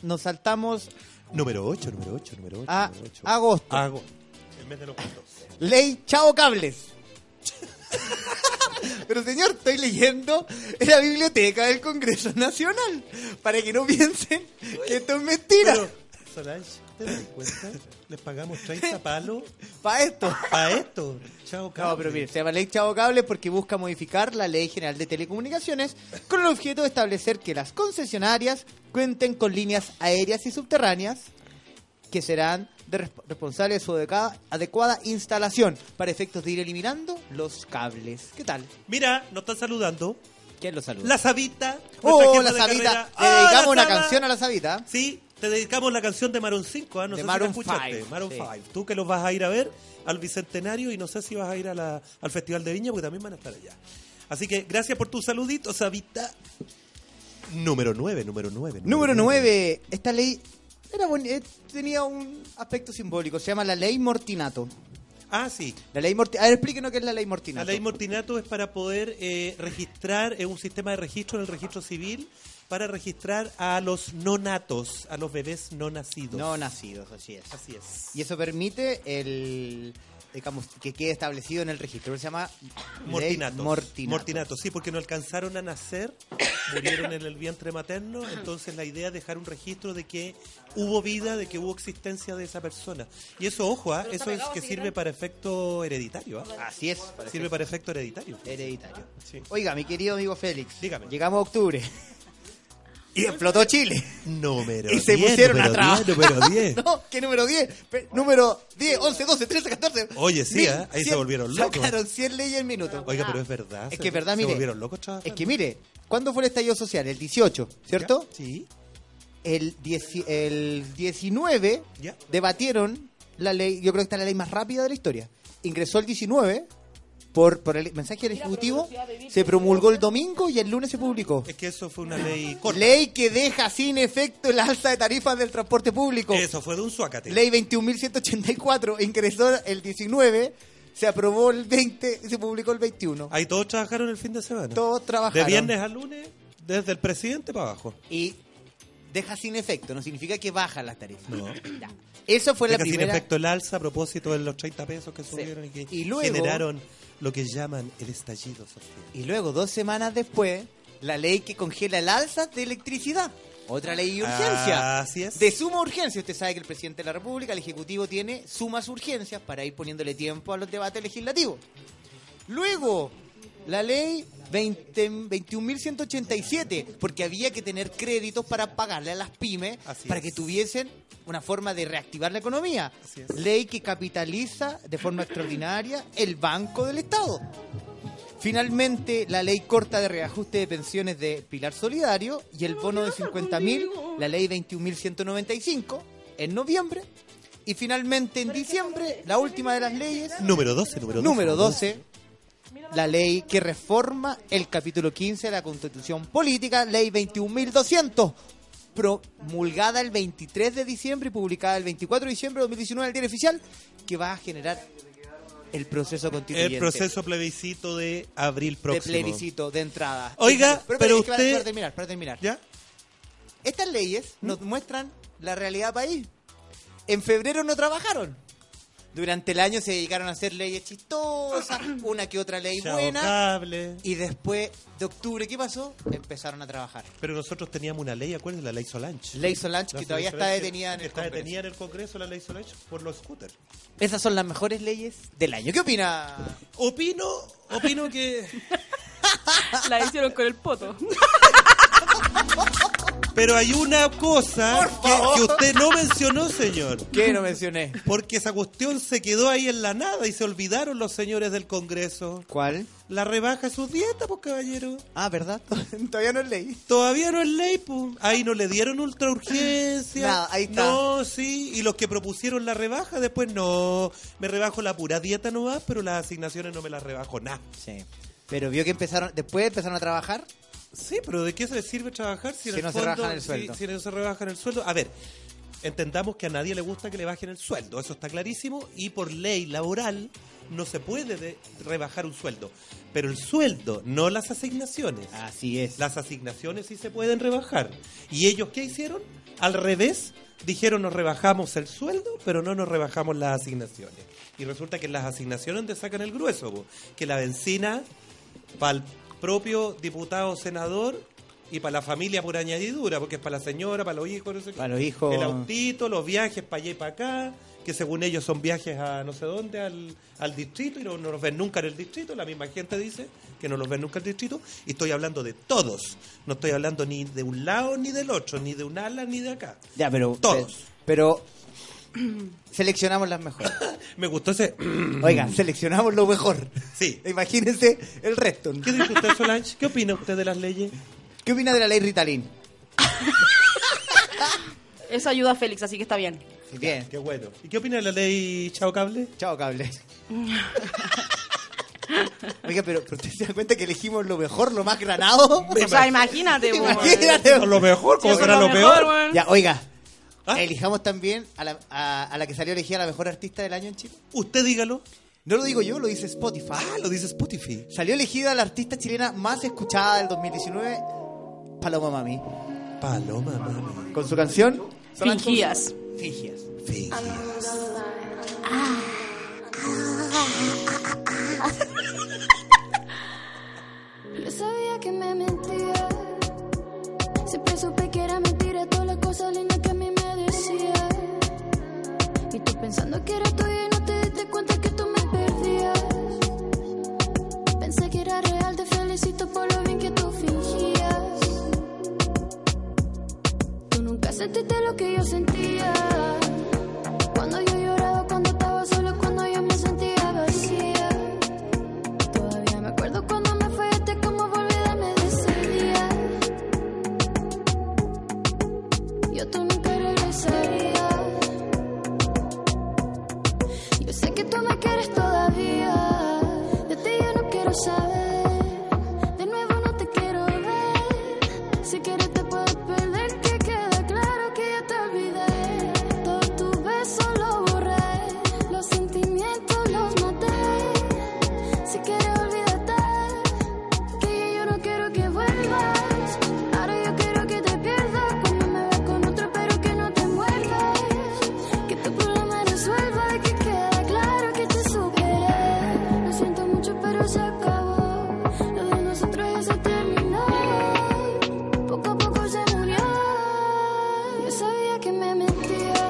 Nos saltamos
Número 8, número 8, número 8.
a
número ocho.
Ah, agosto.
Hago. El mes de los gustos.
Ley Chao Cables. Pero señor, estoy leyendo en la biblioteca del Congreso Nacional. Para que no piensen que esto es mentira.
Pero, Solange, ¿te das cuenta? Les pagamos 30 palos
Para esto.
para esto. Chao,
No,
cabrón.
pero mire, se llama Ley Chavo Cable porque busca modificar la Ley General de Telecomunicaciones con el objeto de establecer que las concesionarias cuenten con líneas aéreas y subterráneas que serán de resp- responsables de su adeca- adecuada instalación para efectos de ir eliminando los cables. ¿Qué tal?
Mira, nos están saludando.
¿Quién los saluda?
La Sabita. nuestra
¡Oh,
jefa
la
de
Sabita!
carrera.
Le
¡Ah,
dedicamos
la
una
Saba!
canción a la Sabita.
Sí, te dedicamos la canción de Maroon 5, ¿ah? no
De
sé
Maroon
si la escuchaste.
five,
Maroon
sí.
5. Tú que los vas a ir a ver al Bicentenario y no sé si vas a ir a la- al Festival de Viña porque también van a estar allá. Así que gracias por tu saludito, Sabita. Número 9, número 9.
Número 9. Esta ley era boni- eh, tenía un aspecto simbólico. Se llama la Ley Mortinato.
Ah, sí.
La ley Morti- A ver, explíquenos qué es la ley Mortinato.
La ley Mortinato es para poder eh, registrar, es un sistema de registro en el registro civil para registrar a los no natos, a los bebés no nacidos.
No nacidos, así es.
Así es.
Y eso permite el digamos, que quede establecido en el registro. Se llama ley
Mortinatos.
Mortinato.
Mortinatos, sí, porque no alcanzaron a nacer, murieron en el vientre materno, entonces la idea es dejar un registro de que hubo vida, de que hubo existencia de esa persona. Y eso, ojo, ¿ah? eso es que sirve para efecto hereditario. ¿ah?
Así es.
Sirve para efecto hereditario.
Hereditario.
Sí.
Oiga, mi querido amigo Félix.
Dígame.
Llegamos a octubre. Y explotó Chile.
Número
Y se
10,
pusieron a
número
trabajar.
10, número 10.
no, ¿qué número 10? Pe- número 10, 11, 12, 13, 14.
Oye, sí, ¿eh? Ahí se volvieron locos.
Sacaron 100 leyes al minuto.
Oiga, pero es verdad.
es
se-
que es verdad,
se
mire.
volvieron locos trabajando.
Es que mire, ¿cuándo fue el estallido social? El 18, ¿cierto?
Ya, Sí.
el, dieci- el 19
Ya.
debatieron la ley, yo creo que está la ley más rápida de la historia. Ingresó el 19 por, por el mensaje del Ejecutivo, se promulgó el domingo y el lunes se publicó.
Es que eso fue una ley corta.
Ley que deja sin efecto el alza de tarifas del transporte público.
Eso fue de un suácate.
Ley 21.184 ingresó el 19, se aprobó el 20 y se publicó el 21.
Ahí todos trabajaron el fin de semana.
Todos
De
trabajaron.
viernes a lunes, desde el presidente para abajo.
Y deja sin efecto, no significa que bajan las tarifas.
No.
Ya. Eso fue la
Deja sin
primera...
efecto el alza a propósito de los 30 pesos que subieron y que
Y luego-
generaron lo que llaman el estallido social.
Y luego, dos semanas después, la ley que congela el alza de electricidad. Otra ley de urgencia.
Así es.
De suma urgencia. Usted sabe que el presidente de la República, el Ejecutivo, tiene sumas urgencias para ir poniéndole tiempo a los debates legislativos. Luego, la ley 20 21.187, porque había que tener créditos para pagarle a las pymes
Así
para
es.
que tuviesen una forma de reactivar la economía.
Así es.
Ley que capitaliza de forma extraordinaria el Banco del Estado. Finalmente, la ley corta de reajuste de pensiones de Pilar Solidario y el bono de 50.000, la ley 21.195, en noviembre. Y finalmente, en diciembre, la última de las leyes,
Número 12, número 12.
número 12, la ley que reforma el capítulo 15 de la Constitución Política, ley 21.200, promulgada el 23 de diciembre y publicada el 24 de diciembre de 2019 en el Diario Oficial, que va a generar el proceso constituyente.
El proceso plebiscito de abril próximo.
De plebiscito, de entrada.
Oiga, pero
espérate,
usted-
Para terminar, para terminar.
¿Ya? ¿Mm?
Estas leyes nos muestran la realidad país. En febrero no trabajaron. Durante el año se dedicaron a hacer leyes chistosas, una que otra ley
Chao,
buena.
cable.
Y después de octubre, ¿qué pasó? Empezaron a trabajar.
Pero nosotros teníamos una ley, acuérdense, la ley Solange.
Ley Solange,
La
que todavía está
Solange,
detenida en
que
el
Está
Congreso.
detenida en el Congreso la ley Solange por los scooters.
Esas son las mejores leyes del año. ¿Qué opina?
Opino, opino que...
La hicieron con el poto.
Pero hay una cosa
Por
que,
favor.
que usted no mencionó, señor.
¿Qué no mencioné?
Porque esa cuestión se quedó ahí en la nada y se olvidaron los señores del Congreso.
¿Cuál?
La rebaja de sus dietas, pues, caballero.
Ah, ¿verdad? todavía no es ley.
Todavía no es ley, pues. Ahí no le dieron ultra urgencia.
Nada, ahí está.
No, sí. Y los que propusieron la rebaja, después no. Me rebajo la pura dieta nomás, pero las asignaciones no me las rebajo nada.
Sí. Pero vio que empezaron, después empezaron a trabajar
Sí, pero ¿de qué se sirve trabajar si, en
Si
el
no se
fondo-
rebajan el
si-
sueldo.
Si, no se rebajan el sueldo. A ver, entendamos que a nadie le gusta que le bajen el sueldo, eso está clarísimo, y por ley laboral no se puede de- rebajar un sueldo. Pero el sueldo, no las asignaciones.
Así es.
Las asignaciones sí se pueden rebajar. ¿Y ellos qué hicieron? Al revés, dijeron nos rebajamos el sueldo, pero no nos rebajamos las asignaciones. Y resulta que en las asignaciones te sacan el grueso, po. que la benzina para el propio diputado senador y para la familia por añadidura, porque es para la señora, para los hijos, no sé qué.
Para los hijos.
El autito, los viajes para allá y para acá, que según ellos son viajes a no sé dónde, al, al distrito, y no, no los ven nunca en el distrito, la misma gente dice que no los ven nunca en el distrito, y estoy hablando de todos, no estoy hablando ni de un lado ni del otro, ni de un ala ni de acá.
Ya, pero.
Todos.
Pero. Seleccionamos las mejores.
Me gustó ese...
Oigan, seleccionamos lo mejor.
Sí.
Imagínense el resto.
¿Qué dice usted, Solange? ¿Qué opina usted de las leyes?
¿Qué opina de la ley Ritalin?
Eso ayuda a Félix, así que está bien.
Bien.
Qué bueno. ¿Y qué opina de la ley Chao Cable?
Chao, cable. Oiga, pero, pero ¿ustedes se dan cuenta que elegimos lo mejor, lo más granado?
O sea, imagínate, po, weón.
Imagínate.
Eso es lo mejor, como
Eso
será
es
lo,
lo mejor,
peor.
weón.
Ya, oiga.
¿Ah?
Elijamos también a la, a- a la que salió elegida la mejor artista del año en Chile.
Usted dígalo.
No lo digo yo, lo dice Spotify.
Ah, lo dice Spotify.
Salió elegida la artista chilena más escuchada del 2019, Paloma Mami,
Paloma, mami.
con su canción
Fingías.
Fingías.
Sí.
Yo sabía que me mentía. Siempre supe que era mentira todas las cosas lindas que a mí me decía. Y tú pensando que era tuya y no te diste cuenta que tú me perdías. Pensé que era real, te felicito por lo bien que tú fingías. Tú nunca sentiste lo que yo sentía. Cuando yo lloraba, cuando estaba sola, cuando yo me sentía vacía. Todavía me acuerdo cuando me fallaste, cómo fue olvidarme de ese día. Yo tú nunca regresaría. Yo sé que tú me quieres todavía. De ti yo no quiero saber. De nuevo no te quiero ver. Si quieres te puedes perder, que queda claro que yo te olvidé. Todos tus besos los borré. Los sentimientos los maté. Si quieres olvídate, que yo no quiero que vuelvas. Ahora yo quiero que te pierdas cuando me veas con otro, pero que no te envuelvas. Que tu problema resuelva y que quede claro que te superé. Lo siento mucho, pero se acabó. Lo de nosotros ya se terminó. Poco a poco se murió. Yo sabía que me mentía.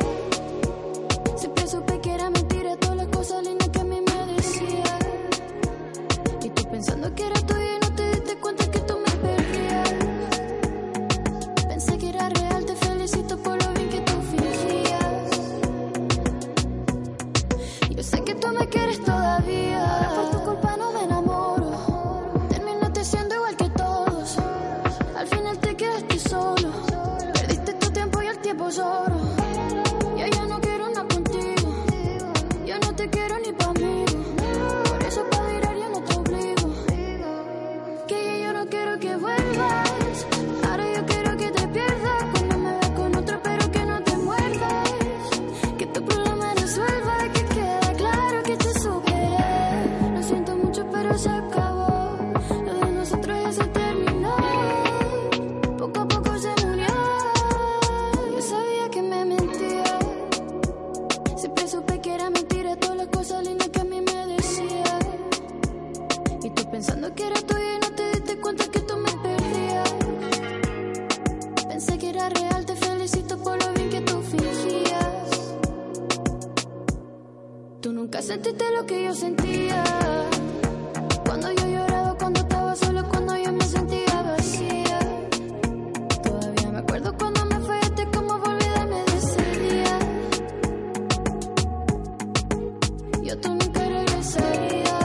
Siempre supe que era mentira todas las cosas lindas que a mí me decías. Y tú pensando que era tuyo y no te diste cuenta que tú me perdías. Pensé que era real, te felicito por lo bien que tú fingías. Yo sé que tú me quieres todavía. Ahora por tu culpa no me enamoro. Terminaste siendo igual que todos. Al final te quedaste solo. Perdiste tu tiempo y el tiempo es oro. Yo ya no quiero nada contigo. Yo no te quiero ni pa' mí. Por eso pa' virar yo no te obligo. Que yo no quiero que vuelvas. Ahora yo quiero que te pierdas. Cuando me veas con otro, pero que no te muerdas. Que tu problema resuelva. Que quede claro que te superé. Lo siento mucho, pero se acabó. Lo de nosotros ya se terminó. Poco a poco se murió. Yo sabía que me mentía. Siempre supe que era mentira todas las cosas lindas que a mí me decía. Y tú pensando que era tuya y no te diste cuenta que tú me perdías. Pensé que era real, te felicito por lo bien que tú fingías. Tú nunca sentiste lo que yo sentía. Cuando yo lloraba, cuando estaba sola, cuando yo me sentía vacía. Todavía me acuerdo cuando me fallaste, cómo fue olvidarme de ese día. Yo tú nunca regresaría.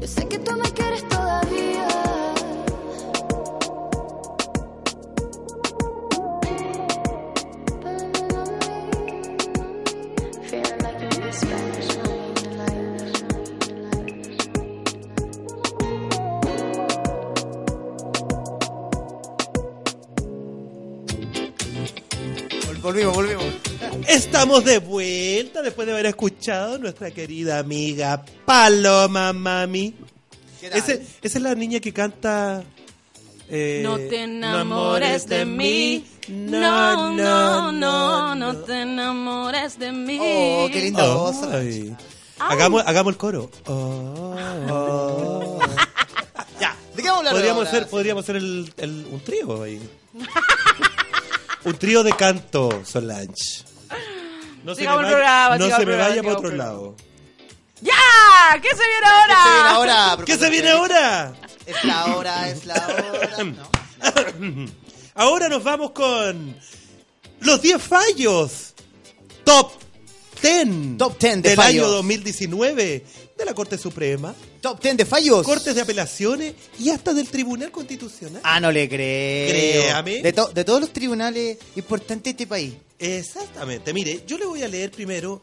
Yo sé que tú me quieres todavía. Feeling like you need Spanish money, like-
Volvimos, volvimos.
Estamos de vuelta después de haber escuchado a nuestra querida amiga Paloma Mami.
¿Qué tal?
Ese- esa es la niña que canta. eh,
No te enamores de mí. No, no, no, no te enamores de mí.
Oh, qué lindo.
Ay.
voz.
Hagamos, hagamos el coro. Oh, oh. ya.
¿De qué vamos a hablar
Podríamos
ahora?
ser, podríamos ser el, el- un trío ahí. un trío de canto, Solange. No
Sigamos
me
el programa,
no
sigamos
se
el
me vaya
programa,
para
sigamos
otro
el programa.
lado.
¡Ya! ¿Qué se viene ahora?
¿Qué se
¿Qué se viene
viene ahora?
ahora? Em.
Es la hora, es la hora. ¿no?
Ahora nos vamos con los 10 fallos. Top 10.
Top 10 de
del
fallos. Pues-
año 2019 de la Corte Suprema,
Top 10 de fallos.
Cortes de Apelaciones y hasta del Tribunal Constitucional.
Ah, no le creo.
Créame.
De, to- de todos los tribunales importantes de este país.
Exactamente. Mire, yo le voy a leer primero.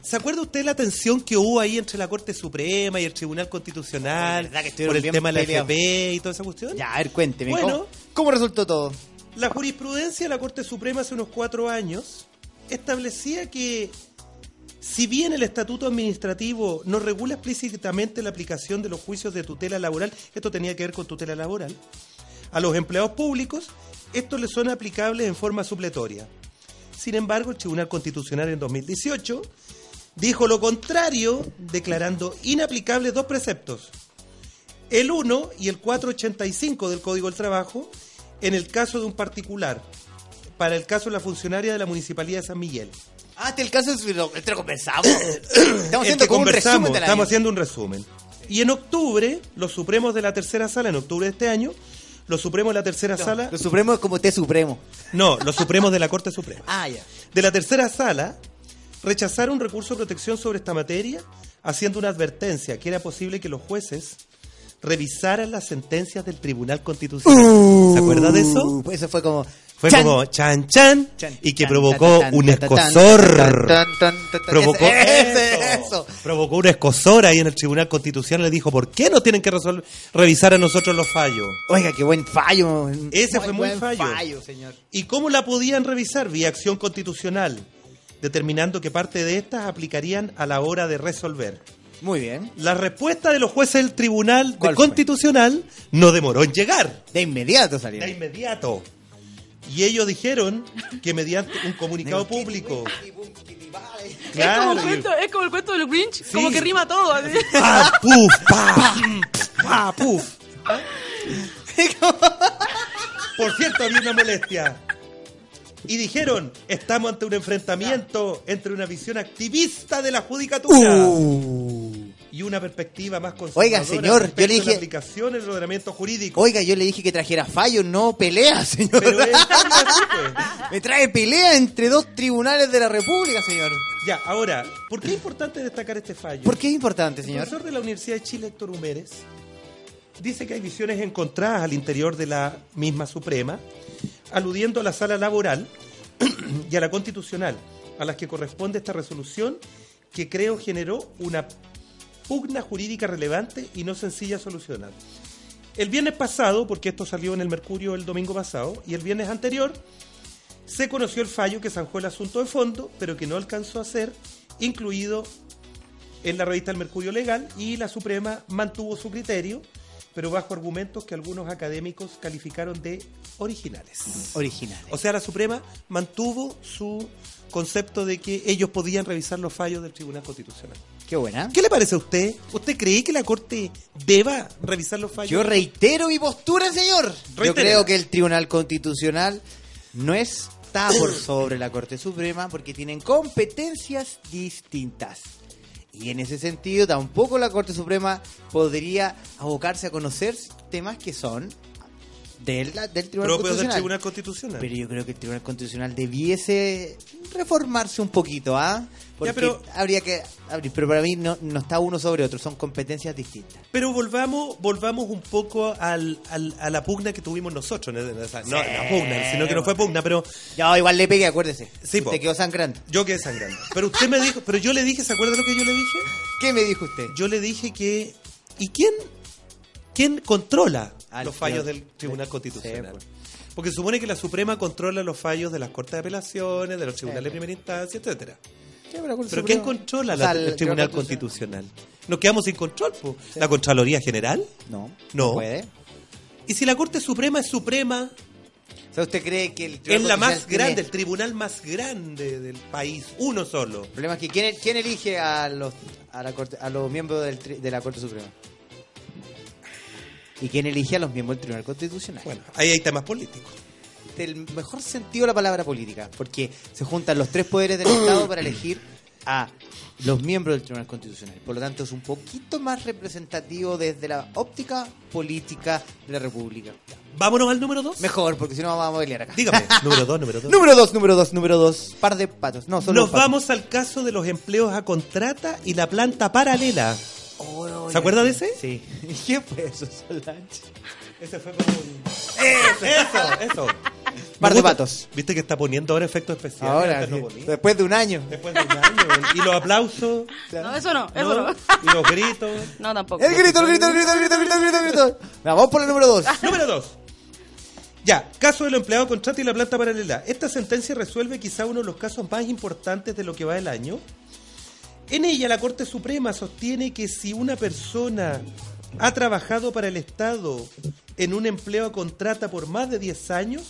¿Se acuerda usted la tensión que hubo ahí entre la Corte Suprema y el Tribunal
Oh,
Constitucional
verdad que estuvieron
por el
bien
tema de la
peleados.
FP y toda esa cuestión?
Ya, a ver, cuénteme.
Bueno.
¿cómo, cómo resultó todo?
La jurisprudencia de la Corte Suprema hace unos cuatro años establecía que si bien el estatuto administrativo no regula explícitamente la aplicación de los juicios de tutela laboral, esto tenía que ver con tutela laboral, a los empleados públicos, estos les son aplicables en forma supletoria. Sin embargo, el Tribunal Constitucional en 2018 dijo lo contrario, declarando inaplicables dos preceptos, el 1 y el 485 del Código del Trabajo, en el caso de un particular, para el caso de la funcionaria de la Municipalidad de San Miguel.
Ah, este es el caso es lo te lo conversamos. estamos
El
haciendo
que
como un
conversamos,
resumen del año.
Estamos haciendo un resumen. Y en octubre, los supremos de la tercera sala, en octubre de este año, los supremos de la tercera sala,
Lo supremo es como te supremo.
no, los supremos de la Corte Suprema.
Ah, ya.
de la tercera sala rechazaron un recurso de protección sobre esta materia, haciendo una advertencia que era posible que los jueces revisaran las sentencias del Tribunal Constitucional. ¿Se acuerda de eso?
Uh, pues eso fue como...
Fue
¡Chan!
como chan chan,
Chan,
y que
tan,
provocó
tan, tan,
un
tan, tan, tan,
escosor.
tan, tan, tan, tan.
Provocó
Ese, ese,
eso.
eso.
Provocó un escosor ahí en el Tribunal Constitucional. Le dijo, ¿por qué no tienen que resol- revisar a nosotros los fallos?
Oiga, qué buen fallo.
Ese fue muy
buen
fallo.
señor.
¿Y cómo la podían revisar? Vía acción constitucional, determinando que parte de estas aplicarían a la hora de resolver.
Muy bien.
La respuesta de los jueces del Tribunal de
¿Cuál fue?
Constitucional no demoró en llegar.
De inmediato salió.
De inmediato. Y ellos dijeron que mediante un comunicado
Digo,
público.
Es como,
Claro.
el
y-
cuento, es como el cuento del Grinch, como que rima todo. así.
Pa, ¡Ah, puf, pa, pum, pa, puf. ¿Ah? Por cierto, había una molestia. Y dijeron, estamos ante un enfrentamiento entre una visión activista de la judicatura y una perspectiva más conservadora
Uh. Oiga, señor, yo
respecto
le
a
dije-
la aplicación del ordenamiento jurídico.
Oiga, yo le dije que trajera fallos, no pelea, señor.
Pero es-
Me trae pelea entre dos tribunales de la República, señor.
Ya, ahora, ¿por qué es importante destacar este fallo?
¿Por qué es importante,
El
señor?
profesor de la Universidad de Chile, Héctor Humérez, dice que hay visiones encontradas al interior de la misma Suprema, aludiendo a la sala laboral y a la constitucional, a las que corresponde esta resolución que creo generó una pugna jurídica relevante y no sencilla a solucionar. El viernes pasado, porque esto salió en el Mercurio el domingo pasado, y el viernes anterior, se conoció el fallo que zanjó el asunto de fondo, pero que no alcanzó a ser incluido en la revista El Mercurio Legal y la Suprema mantuvo su criterio, pero bajo argumentos que algunos académicos calificaron de originales.
Original.
O sea, la Suprema mantuvo su concepto de que ellos podían revisar los fallos del Tribunal Constitucional.
Qué buena.
¿Qué le parece a usted? ¿Usted cree que la Corte deba revisar los fallos?
Yo reitero mi postura, señor. Yo
Reitérela.
creo que el Tribunal Constitucional no está por sobre la Corte Suprema porque tienen competencias distintas. Y en ese sentido, tampoco la Corte Suprema podría abocarse a conocer temas que son del, del Tribunal
propios del
Constitucional.
Tribunal Constitucional.
Pero yo creo que el Tribunal Constitucional debiese reformarse un poquito, ¿ah? Porque
Ya, pero-
habría que abrir. Pero para mí no, no está uno sobre otro, son competencias distintas.
Pero volvamos, volvamos un poco al, al- a la pugna que tuvimos nosotros. No, O sea, no, la pugna, sino que no fue pugna, pero
Ya, igual le pegué, acuérdese.
Sí, po.
Te quedó sangrando.
yo quedé sangrando. Pero usted me dijo, pero yo le dije, ¿se acuerda lo que yo le dije?
¿Qué me dijo usted?
Yo le dije que ¿y quién quién controla
Al
los fallos
señor.
del Tribunal
Sí,
Constitucional?
pues.
Porque Porque se supone que la Suprema controla los fallos de las Cortes de Apelaciones, de los tribunales de primera instancia, etcétera. Pero ¿quién controla la- el Tribunal Constitucional? Nos quedamos sin control, po. ¿La Contraloría General?
No,
No.
no puede.
Y si la Corte Suprema es suprema,
O sea, ¿usted cree que el
es
Tribunal
la más
Constitucional tiene-
grande, el tribunal más grande del país, uno solo.
El problema es que ¿quién, quién elige a los, a la corte- a los miembros del tri- de la Corte Suprema? ¿Y quién elige a los miembros del Tribunal Constitucional?
Bueno, ahí hay temas políticos.
del mejor sentido de la palabra política, porque se juntan los tres poderes del Estado para elegir a los miembros del Tribunal Constitucional. Por lo tanto, es un poquito más representativo desde la óptica política de la República.
Vámonos al número dos.
Mejor, porque si no vamos a pelear acá.
Dígame, número dos, número dos.
Número dos, número dos, número dos. Par de patos. No, solo
Nos
un pato.
vamos al caso de los empleos a contrata y la planta paralela. ¿Se acuerda de ese?
Oh, Sí. ¿Qué fue eso, Solange?
Ese fue como un... Eso, eso.
Par
Me
de
gusta.
patos.
Viste que está poniendo ahora efectos especiales.
Ahora,
Antes no
sí,
ponía.
después de un año.
Después de un año. Y los aplausos.
No, eso no, eso
¿no?
no.
Y los gritos.
No, tampoco.
El grito, el grito, el grito, el grito, el grito, el grito, el grito. Ya, Vamos por el número dos.
Número 2. Ya, caso del empleado contrata y la planta paralela. Esta sentencia resuelve quizá uno de los casos más importantes de lo que va el año. En ella la Corte Suprema sostiene que si una persona ha trabajado para el Estado en un empleo a contrata por más de 10 años,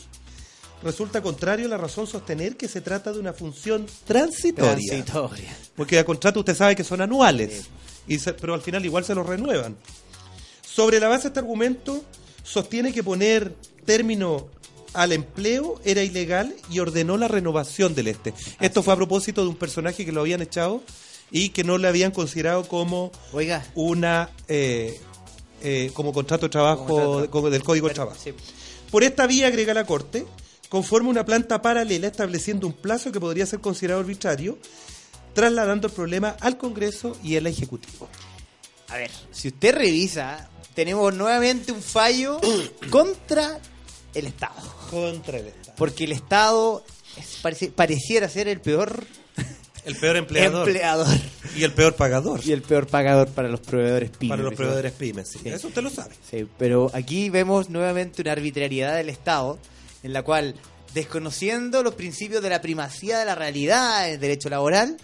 resulta contrario la razón sostener que se trata de una función transitoria.
Transitoria.
Porque a contrato usted sabe que son anuales, y se- pero al final igual se los renuevan. Sobre la base de este argumento, sostiene que poner término al empleo era ilegal y ordenó la renovación del este. Esto fue a propósito de un personaje que lo habían echado y que no le habían considerado como
Oiga.
una eh, eh, como contrato de trabajo
Como contrato de trabajo.
como del código de trabajo.
Sí.
Por esta vía, agrega la Corte, conforme una planta paralela estableciendo un plazo que podría ser considerado arbitrario, trasladando el problema al Congreso y al Ejecutivo.
A ver, si usted revisa, tenemos nuevamente un fallo contra el Estado.
Contra el Estado.
Porque el Estado es- parece- pareciera ser el peor
El peor
empleador.
empleador. y el peor pagador.
y el peor pagador para los proveedores pymes.
para los proveedores pymes. sí.
Sí.
Eso usted lo sabe.
Sí, pero aquí vemos nuevamente una arbitrariedad del Estado en la cual, desconociendo los principios de la primacía de la realidad del derecho laboral,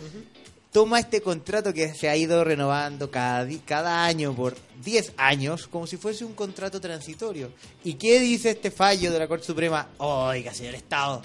toma este contrato que se ha ido renovando cada, di- cada año por 10 años como si fuese un contrato transitorio. ¿Y qué dice este fallo de la Corte Suprema? Oiga, señor Estado,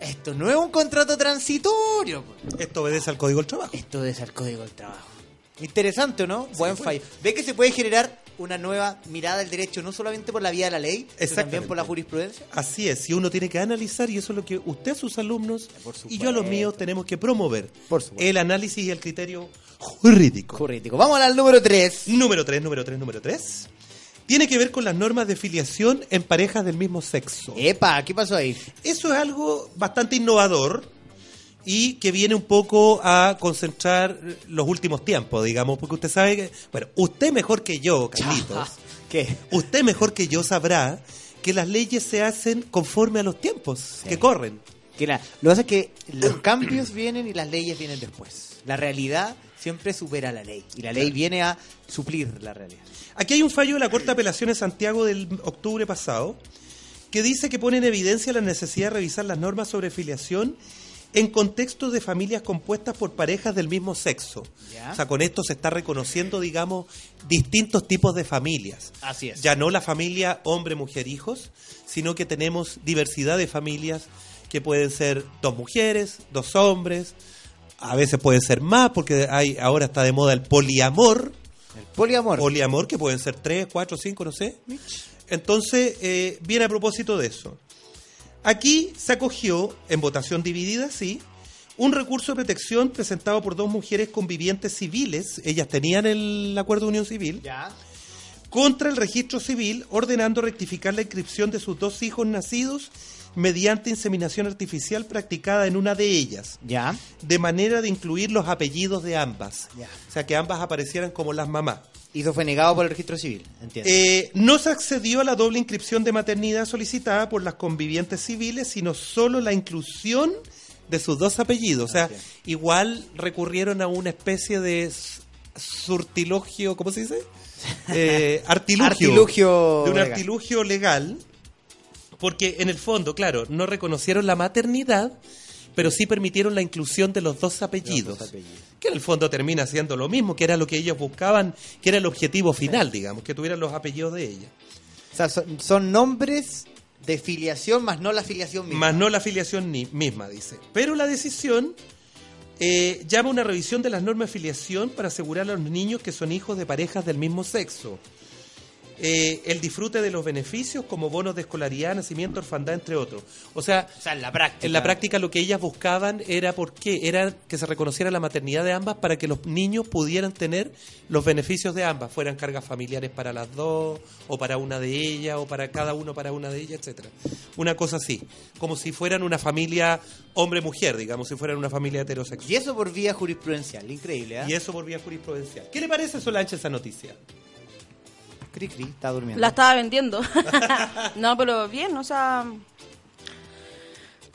esto no es un contrato transitorio. pues. po.
Esto obedece al Código del Trabajo.
Esto es al código del trabajo. pues. Interesante, ¿o ¿no? Buen fallo. Ve que se puede generar una nueva mirada del derecho, no solamente por la vía de la ley, sino
Exactamente.
también por la jurisprudencia.
Así es, y uno tiene que analizar, y eso es lo que usted a sus alumnos
Por
y yo a los
supuesto.
míos tenemos que promover.
Por supuesto.
El análisis y el criterio jurídico.
Jurídico. Vamos al número 3.
Número 3, número 3, número 3. Tiene que ver con las normas de filiación en parejas del mismo sexo.
Epa, ¿qué pasó ahí?
Eso es algo bastante innovador y que viene un poco a concentrar los últimos tiempos, digamos, porque usted sabe que, bueno, usted mejor que yo, Carlitos,
¿Qué?
usted mejor que yo sabrá que las leyes se hacen conforme a los tiempos que corren.
Que la- lo que pasa es que los cambios vienen y las leyes vienen después. La realidad siempre supera la ley. Y la ley viene a suplir la realidad.
Aquí hay un fallo de la Corte de Apelaciones Santiago del octubre pasado que dice que pone en evidencia la necesidad de revisar las normas sobre filiación en contextos de familias compuestas por parejas del mismo sexo.
Ya.
O sea, con esto se está reconociendo, digamos, distintos tipos de familias.
Así es.
Ya no la familia hombre, mujer, hijos, sino que tenemos diversidad de familias que pueden ser dos mujeres, dos hombres, a veces pueden ser más, porque hay ahora está de moda el poliamor
El poliamor.
poliamor, que pueden ser tres, cuatro, cinco, no sé. Entonces, eh, viene a propósito de eso. Aquí se acogió, en votación dividida, sí, un recurso de protección presentado por dos mujeres convivientes civiles, ellas tenían el acuerdo de unión civil,
ya.
contra el registro civil, ordenando rectificar la inscripción de sus dos hijos nacidos mediante inseminación artificial practicada en una de ellas
Ya.
de manera de incluir los apellidos de ambas,
Ya.
o sea que ambas aparecieran como las mamás.
Y eso fue negado por el registro civil. Entiendo.
Eh, no se accedió a la doble inscripción de maternidad solicitada por las convivientes civiles, sino solo la inclusión de sus dos apellidos. O sea,
Así es.
igual recurrieron a una especie de s- surtilogio, ¿cómo se dice? Eh, artilugio.
Artilugio
De un
legal.
artilugio legal Porque en el fondo, claro, no reconocieron la maternidad, pero sí permitieron la inclusión de los dos apellidos.
apellidos.
Que en el fondo termina siendo lo mismo, que era lo que ellos buscaban, que era el objetivo final, digamos, que tuvieran los apellidos de ella.
O sea, son, son nombres de filiación más no la filiación misma.
Más no la afiliación ni misma, dice. Pero la decisión eh, llama a una revisión de las normas de afiliación para asegurar a los niños que son hijos de parejas del mismo sexo. Eh, el disfrute de los beneficios como bonos de escolaridad, nacimiento, orfandad, entre otros. O sea,
O sea, en la práctica.
en la práctica lo que ellas buscaban era por qué, era que se reconociera la maternidad de ambas para que los niños pudieran tener los beneficios de ambas, fueran cargas familiares para las dos, o para una de ellas, o para cada uno para una de ellas, etcétera. Una cosa así, como si fueran una familia hombre-mujer, digamos, si fueran una familia heterosexual.
Y eso por vía jurisprudencial, increíble, ¿eh?
Y eso volvía a jurisprudencial. ¿Qué le parece Solange esa noticia?
Cri cri, está durmiendo.
La estaba vendiendo. no, pero bien, o sea.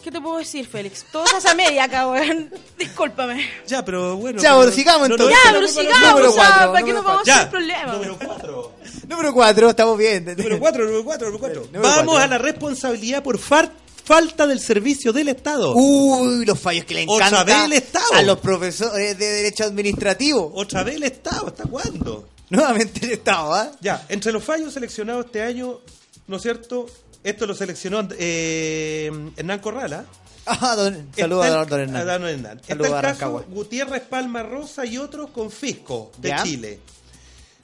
¿Qué te puedo decir, Félix? Todo se hace a media acá, weón. Discúlpame.
Ya, pero bueno.
Ya,
pero-
pero sigamos
no, no,
entonces.
es
Ya,
que
pero
la culpa no-
sigamos,
número
o sea,
cuatro,
¿para qué
número
nos vamos a
Ya,
hacer problemas?
número cuatro.
Número 4, estamos bien.
Número 4, número 4, número 4.
Número
Vamos
cuatro.
a la responsabilidad por far- falta del servicio del Estado.
Uh. Uy, los fallos que le
Otra
encantan
vez el Estado.
a los profesores de Derecho Administrativo.
Otra vez el Estado, ¿hasta cuándo?
Nuevamente el Estado, ¿ah?
Ya, entre los fallos seleccionados este año, ¿no es cierto? Esto lo seleccionó eh, Hernán Corrala.
Ah, don- saludos a
Está el-
don, don Hernán.
a don Hernán. Está
Saludos a
el caso
Rancagua.
Gutiérrez Palma Rosa y otros con fisco de
Ya.
Chile.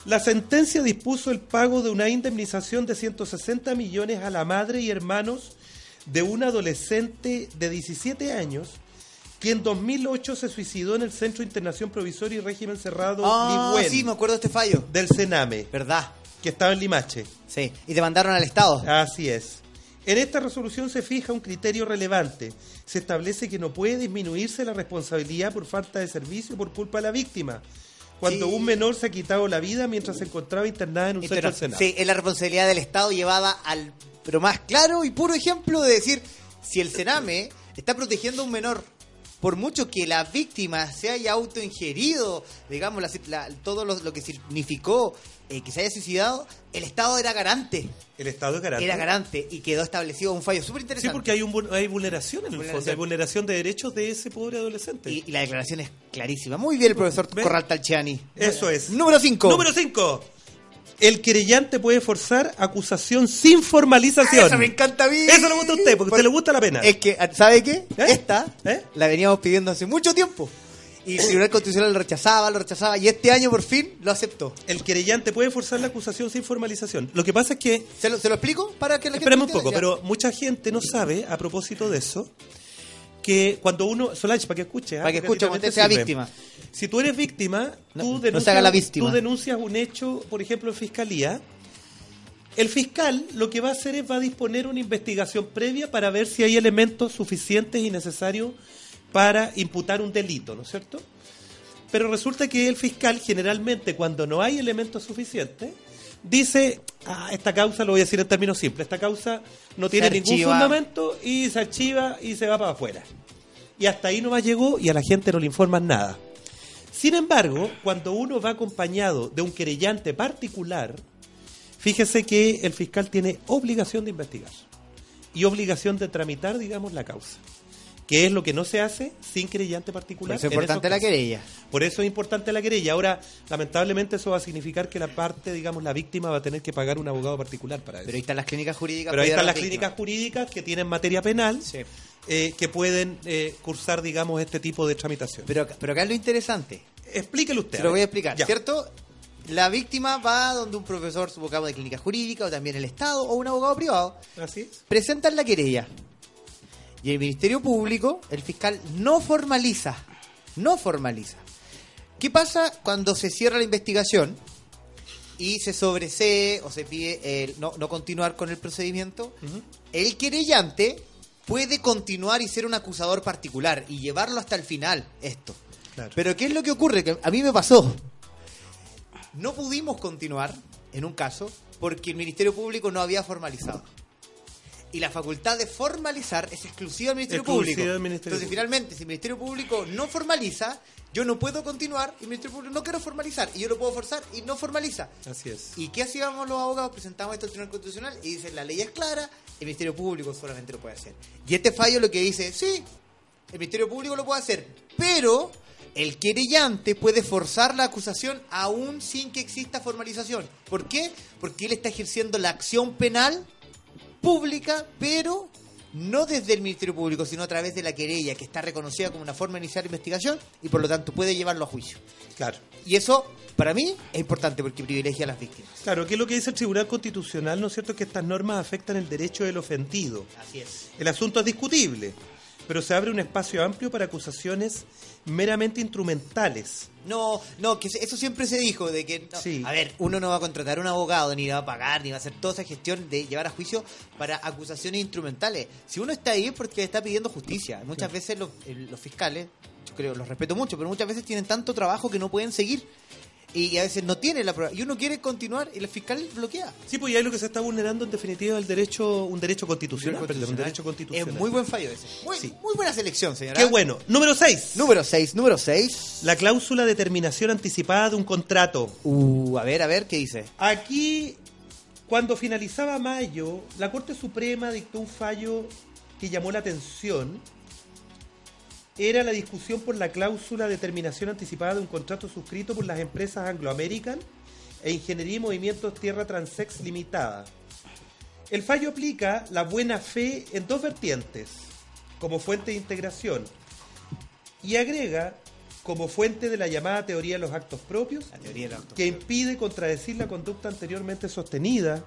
La sentencia dispuso el pago de una indemnización de 160 millones a la madre y hermanos de un adolescente de 17 años que en 2008 se suicidó en el Centro de Internación Provisoria y Régimen Cerrado
Ah,
Ligüen,
sí, me acuerdo de este fallo.
del Sename,
¿Verdad?
que estaba en Limache.
Sí. Y te mandaron al Estado.
Así es. En esta resolución se fija un criterio relevante. Se establece que no puede disminuirse la responsabilidad por falta de servicio por culpa de la víctima. Cuando
Sí.
un menor se ha quitado la vida mientras se encontraba internada en un
Y
centro
pero-
del Senado.
Este sí, es la responsabilidad del Estado llevada al pero más claro y puro ejemplo de decir si el Sename está protegiendo a un menor por mucho que la víctima se haya autoingerido, digamos, la- la- todo lo, lo que significó eh, que se haya suicidado, el Estado era garante.
El Estado es garante.
Era garante y quedó establecido un fallo súper
Sí,
interesante.
porque hay, un, vul- hay vulneración en el
Vulneración.
fondo. Hay vulneración de derechos de ese pobre adolescente.
y, y la declaración es clarísima. Muy bien, el profesor
¿Ves?
Corral Talchiani.
Eso es.
Número 5.
Número 5. El querellante puede forzar acusación sin formalización.
Eso me encanta a mí.
Eso le gusta a usted, porque a usted le gusta la pena.
Es que, ¿sabe qué?
¿Eh?
Esta
¿Eh?
la veníamos pidiendo hace mucho tiempo. Y el Tribunal Constitucional lo rechazaba, lo rechazaba. Y este año por fin lo aceptó.
El querellante puede forzar la acusación sin formalización. Lo que pasa es que
¿Se lo, se lo explico para que la gente.
Espérame un poco,
entienda?
pero mucha gente no sabe, a propósito de eso, que cuando uno. Solange, para que escuche. ¿ah?
Para que
Porque
escuche,
a ti también
usted sea
te sirve.
víctima.
Si tú eres víctima,
No,
tú,
no se
denuncias,
haga la víctima.
tú denuncias un hecho, por ejemplo, en fiscalía. El fiscal lo que va a hacer es va a disponer una investigación previa para ver si hay elementos suficientes y necesarios para imputar un delito, ¿no es cierto? Pero resulta que el fiscal generalmente cuando no hay elementos suficientes dice, ah, esta causa, lo voy a decir en términos simples, esta causa no tiene ningún
archiva.
fundamento y se archiva y se va para afuera. Y hasta ahí nomás llegó y a la gente no le informan nada. Sin embargo, cuando uno va acompañado de un querellante particular, fíjese que el fiscal tiene obligación de investigar y obligación de tramitar, digamos, la causa, que es lo que no se hace sin querellante
Por
particular.
eso es
en
importante
esos
la
casos.
querella.
Por eso es importante la querella. Ahora, lamentablemente, eso va a significar que la parte, digamos, la víctima va a tener que pagar un abogado particular para eso.
Pero ahí están las clínicas jurídicas.
Pero ahí
para
están las
ayudar
clínicas jurídicas que tienen materia penal,
a las víctimas. Sí.
eh, que pueden eh, cursar, digamos, este tipo de tramitación.
Pero, pero acá es lo interesante.
Explíquelo usted.
Se lo voy a
ver.
explicar,
Ya.
¿cierto? La víctima va donde un profesor, supongamos, de clínica jurídica o también el Estado o un abogado privado.
Así es.
presentan la querella y el Ministerio Público, el fiscal, no formaliza. No formaliza. ¿Qué pasa cuando se cierra la investigación y se sobresee o se pide el no, no continuar con el procedimiento? El querellante puede continuar y ser un acusador particular y llevarlo hasta el final esto.
Claro.
Pero ¿qué es lo que ocurre? Que a mí me pasó. No pudimos continuar en un caso porque el Ministerio Público no había formalizado. Y la facultad de formalizar es exclusiva del Ministerio
Exclusiva
Público.
del Ministerio
Entonces,
Público.
finalmente, si el Ministerio Público no formaliza, yo no puedo continuar y el Ministerio Público no quiero formalizar. Y yo lo puedo forzar y no formaliza.
Así es.
¿Y qué hacíamos los abogados? Presentamos esto al Tribunal Constitucional y dicen la ley es clara, El Ministerio Público solamente lo puede hacer. Y este fallo lo que dice, sí, el Ministerio Público lo puede hacer, pero el querellante puede forzar la acusación aún sin que exista formalización. ¿Por qué? Porque él está ejerciendo la acción penal pública, pero no desde el Ministerio Público, sino a través de la querella, que está reconocida como una forma inicial de investigación y por lo tanto puede llevarlo a juicio.
Claro.
Y eso, para mí, es importante porque privilegia a las víctimas.
Claro, que es lo que dice el Tribunal Constitucional, ¿no es cierto? Que estas normas afectan el derecho del ofendido.
Así es.
El asunto es discutible, pero se abre un espacio amplio para acusaciones meramente instrumentales.
No, no, que se- eso siempre se dijo, de que, no,
Sí.
a ver, uno no va a contratar a un abogado, ni le va a pagar, ni va a hacer toda esa gestión de llevar a juicio para acusaciones instrumentales. Si uno está ahí es porque está pidiendo justicia. Muchas veces los, el- los fiscales, yo creo, los respeto mucho, pero muchas veces tienen tanto trabajo que no pueden seguir. Y, a veces no tienen la prueba. Y uno quiere continuar y el fiscal bloquea.
Sí, pues ya es lo que se está vulnerando en definitiva el derecho, un derecho constitucional, perdón, un
Constitucional.
derecho constitucional.
Es muy buen fallo ese. Muy,
Sí.
muy buena selección, señora.
Qué bueno. Número 6.
Número 6, número 6.
La cláusula de terminación anticipada de un contrato.
Uh, a ver, a ver, ¿qué dice?
Aquí, cuando finalizaba mayo, la Corte Suprema dictó un fallo que llamó la atención. Era la discusión por la cláusula de terminación anticipada de un contrato suscrito por las empresas Anglo American e Ingeniería y Movimientos Tierra Transex Limitada. El fallo aplica la buena fe en dos vertientes, como fuente de integración, y agrega como fuente de la llamada teoría de los actos propios
La teoría del auto.
que impide contradecir la conducta anteriormente sostenida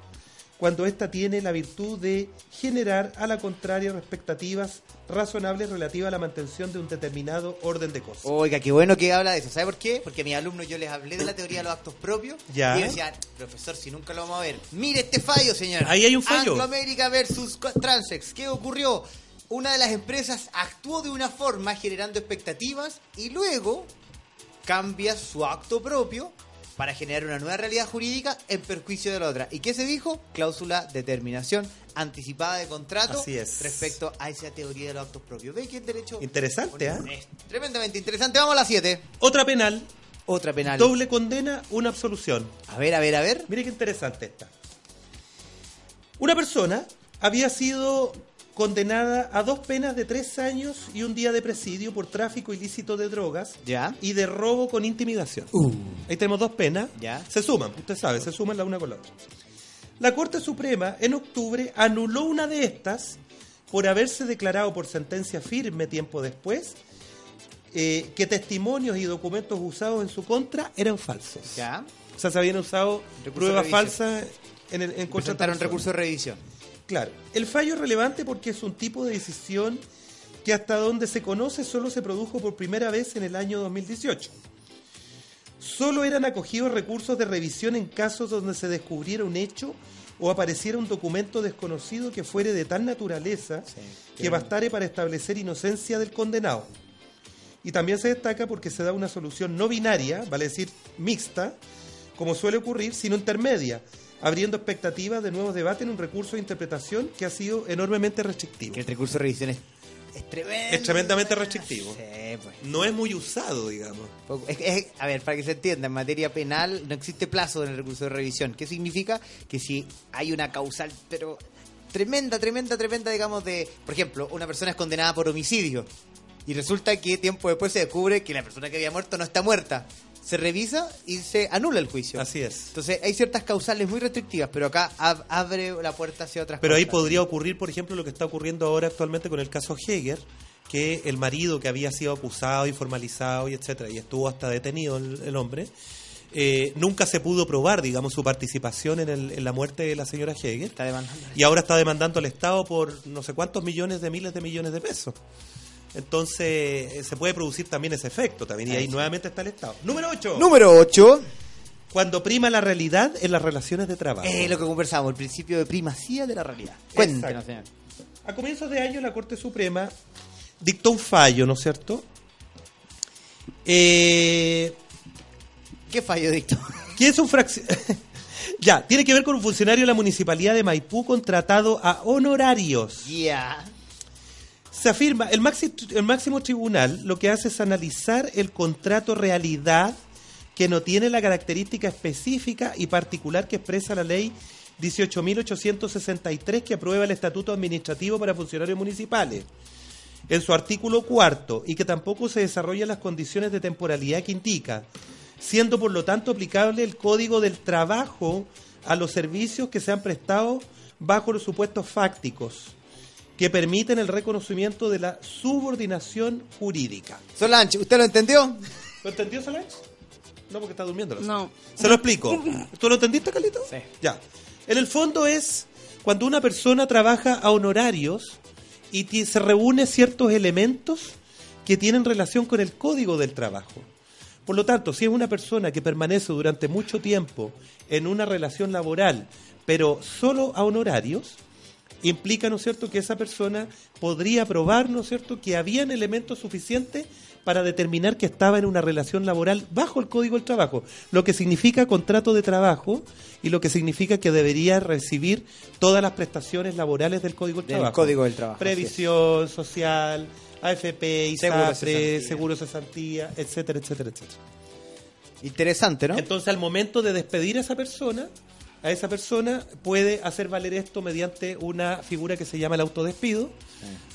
cuando ésta tiene la virtud de generar a la contraria expectativas razonables relativas a la mantención de un determinado orden de cosas.
Oiga, qué bueno que habla de eso. ¿Sabe por qué? Porque a mis alumnos yo les hablé de la teoría de los actos propios.
Ya.
Y me decían, profesor, si nunca lo vamos a ver. Mire este fallo, señor.
Ahí hay un fallo.
Angloamérica versus co- Transex. ¿Qué ocurrió? Una de las empresas actuó de una forma generando expectativas y luego cambia su acto propio para generar una nueva realidad jurídica en perjuicio de la otra. ¿Y qué se dijo? Cláusula de terminación anticipada de contrato
Así es.
respecto a esa teoría de los actos propios. ¿Ve que el derecho
Interesante, ¿ah?
es tremendamente interesante. Vamos a la 7.
Otra penal,
Otra penal.
doble condena, una absolución.
A ver, a ver, a ver.
Mire qué interesante esta. Una persona había sido condenada a dos penas de tres años y un día de presidio por tráfico ilícito de drogas
Ya. Uh.
y de robo con intimidación. Ahí tenemos dos penas.
Ya.
Se suman, usted sabe, se suman la una con la otra. La Corte Suprema en octubre anuló una de estas por haberse declarado por sentencia firme tiempo después eh, que testimonios y documentos usados en su contra eran falsos.
Ya.
O sea, se habían usado
Recurso
pruebas
de revisión.
falsas en el en contra de
Presentaron
persona.
recurso de revisión.
Claro. El fallo es relevante porque es un tipo de decisión que hasta donde se conoce solo se produjo por primera vez en el año 2018. Solo eran acogidos recursos de revisión en casos donde se descubriera un hecho o apareciera un documento desconocido que fuere de tal naturaleza que bastare para establecer inocencia del condenado. Y también se destaca porque se da una solución no binaria, vale decir, mixta, como suele ocurrir, sino intermedia, abriendo expectativas de nuevos debates en un recurso de interpretación que ha sido enormemente restrictivo.
Que el recurso de revisión es, es tremendo.
Es tremendamente restrictivo.
Sí, pues.
No es muy usado, digamos.
Poco- es- es- a ver, para que se entienda, en materia penal no existe plazo en el recurso de revisión. ¿Qué significa? Que si hay una causal, pero tremenda, tremenda, tremenda, digamos, de. Por ejemplo, una persona es condenada por homicidio y resulta que tiempo después se descubre que la persona que había muerto no está muerta. Se revisa y se anula el juicio.
Así es.
Entonces, hay ciertas causales muy restrictivas, pero acá ab- abre la puerta hacia otras
Pero ahí
causales.
podría ocurrir, por ejemplo, lo que está ocurriendo ahora actualmente con el caso Heger, que el marido que había sido acusado y formalizado y etcétera, y estuvo hasta detenido el, el hombre, eh, nunca se pudo probar, digamos, su participación en, el- en la muerte de la señora Heger.
Está demandando.
y ahora está demandando al Estado por no sé cuántos millones de miles de millones de pesos. Entonces eh, se puede producir también ese efecto también y ahí nuevamente está el Estado. Número 8.
Número 8.
Cuando prima la realidad en las relaciones de trabajo.
Es Eh, lo que conversamos, el principio de primacía de la realidad. Cuéntenos, señor.
A comienzos de año la Corte Suprema dictó un fallo, ¿no es cierto? Eh,
¿Qué fallo dictó?
que es un fracción... ya, tiene que ver con un funcionario de la Municipalidad de Maipú contratado a honorarios.
Yeah.
Se afirma, el, maxi- el máximo tribunal lo que hace es analizar el contrato realidad que no tiene la característica específica y particular que expresa la ley 18.863 que aprueba el Estatuto Administrativo para Funcionarios Municipales. En su artículo cuarto, y que tampoco se desarrollan las condiciones de temporalidad que indica, siendo por lo tanto aplicable el Código del Trabajo a los servicios que se han prestado bajo los supuestos fácticos que permiten el reconocimiento de la subordinación jurídica.
Solange, ¿usted lo entendió?
¿Lo entendió Solange? No, porque está durmiendo. la
No.
Solange. Se lo explico. ¿Tú lo entendiste, Carlito?
Sí.
Ya. En el fondo es cuando una persona trabaja a honorarios y ti- se reúne ciertos elementos que tienen relación con el código del trabajo. Por lo tanto, si es una persona que permanece durante mucho tiempo en una relación laboral, pero solo a honorarios, implica, ¿no es cierto?, que esa persona podría probar, ¿no es cierto?, que habían elementos suficientes para determinar que estaba en una relación laboral bajo el Código del Trabajo, lo que significa contrato de trabajo y lo que significa que debería recibir todas las prestaciones laborales del Código del,
Del
Trabajo.
Código del Trabajo,
Previsión social, AFP,
Seguro
ISAPRE,
cesantía.
seguro cesantía, etcétera, etcétera, etcétera.
Interesante, ¿no?
Entonces, al momento de despedir a esa persona, a esa persona puede hacer valer esto mediante una figura que se llama el autodespido,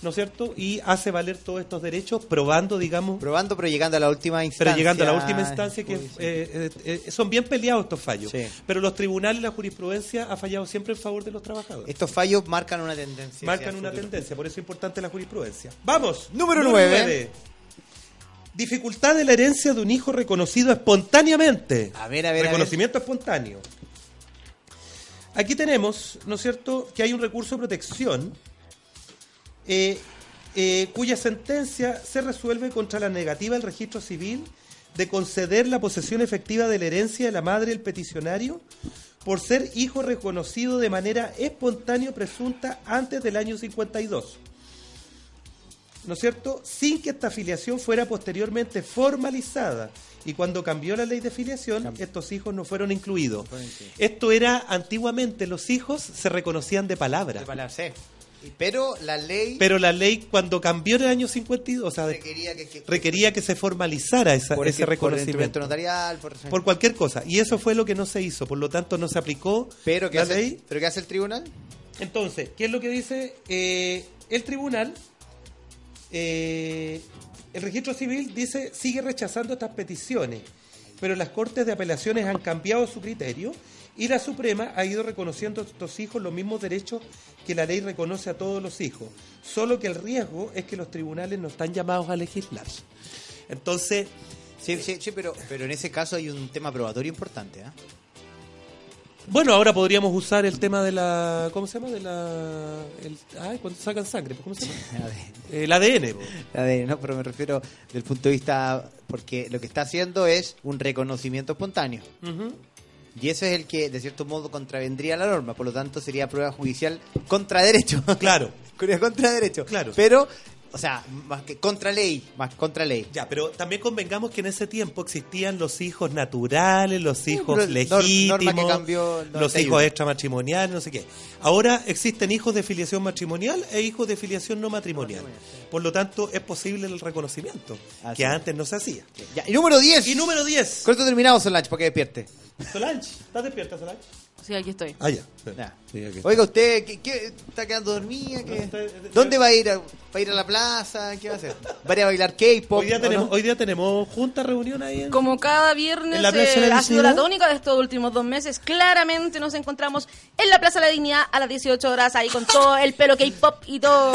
¿no es cierto? Y hace valer todos estos derechos probando, digamos,
Probando, pero llegando a la última instancia.
pero llegando a la última instancia, que
Uy, sí.
eh, eh, eh, son bien peleados estos fallos.
Sí.
Pero los tribunales, la jurisprudencia ha fallado siempre en favor de los trabajadores.
Estos fallos marcan una tendencia.
Marcan
hacia
una
futuro.
tendencia, por eso es importante la jurisprudencia. ¡Vamos!
Número nueve.
nueve. Dificultad de la herencia de un hijo reconocido espontáneamente.
A ver, a ver, a ver.
Reconocimiento espontáneo. Aquí tenemos, ¿no es cierto?, que hay un recurso de protección eh, eh, cuya sentencia se resuelve contra la negativa del registro civil de conceder la posesión efectiva de la herencia de la madre del peticionario por ser hijo reconocido de manera espontánea o presunta antes del año 52. ¿no es cierto? Sin que esta afiliación fuera posteriormente formalizada. Y cuando cambió la ley de filiación, estos hijos no fueron incluidos. Esto era antiguamente, los hijos se reconocían de palabra.
De palabra, sí. Y- Pero la ley
Pero la ley, cuando cambió en el año 52, o sea,
requería que, que-
requería que se formalizara esa-
por-
ese
por instrumento
reconocimiento.
notarial, por,
Por cualquier cosa. Y eso fue lo que no se hizo. Por lo tanto, no se aplicó
pero ¿qué
la
hace,
ley.
pero qué hace el tribunal?
Entonces, ¿qué es lo que dice Eh, el tribunal? eh, el registro civil dice sigue rechazando estas peticiones, pero las cortes de apelaciones han cambiado su criterio y la Suprema ha ido reconociendo a estos hijos los mismos derechos que la ley reconoce a todos los hijos, solo que el riesgo es que los tribunales no están llamados a legislar. Entonces,
Sí, sí, sí, pero, pero en ese caso hay un tema probatorio importante, ¿ah?
bueno, ahora podríamos usar el tema de la ¿cómo se llama? de la el, ay, cuando sacan sangre, ¿cómo se llama? El ADN. po.
A ver, no, pero me refiero del punto de vista, porque lo que está haciendo es un reconocimiento espontáneo. Y ese es el que, de cierto modo, contravendría la norma. Por lo tanto, sería prueba judicial contra derecho.
Claro.
Sería contra derecho.
Claro.
Pero, o sea, más que contra ley. Más contra ley.
Ya, pero también convengamos que en ese tiempo existían los hijos naturales, los hijos
pero nor- norma
legítimos,
que cambió en
los
91.
hijos extramatrimoniales, no sé qué. Ahora existen hijos de filiación matrimonial e hijos de filiación no matrimonial. Por lo tanto, es posible el reconocimiento,
Así
que
es.
antes no se hacía.
Ya, y número 10.
Y número 10.
Con esto terminamos, Solange, para que despierte.
Solange, ¿estás despierta, Solange?
Sí, aquí estoy.
Ah, ya.
Ya.
Sí, aquí está.
Oiga, ¿usted qué, qué- está quedando dormida? ¿Qué-
No, está-
¿Dónde va a ir? ¿Va a ir a la plaza? ¿Qué va a hacer? ¿Va a ir a bailar K-pop?
Hoy día,
¿o
tenemos,
no?
hoy día tenemos junta reunión ahí en...
Como cada viernes
¿En la Plaza de la
eh, ha sido la
Dignidad?
tónica de estos últimos dos meses, claramente nos encontramos en la Plaza de la Dignidad a las 18 horas, ahí con todo el pelo K-pop y todo.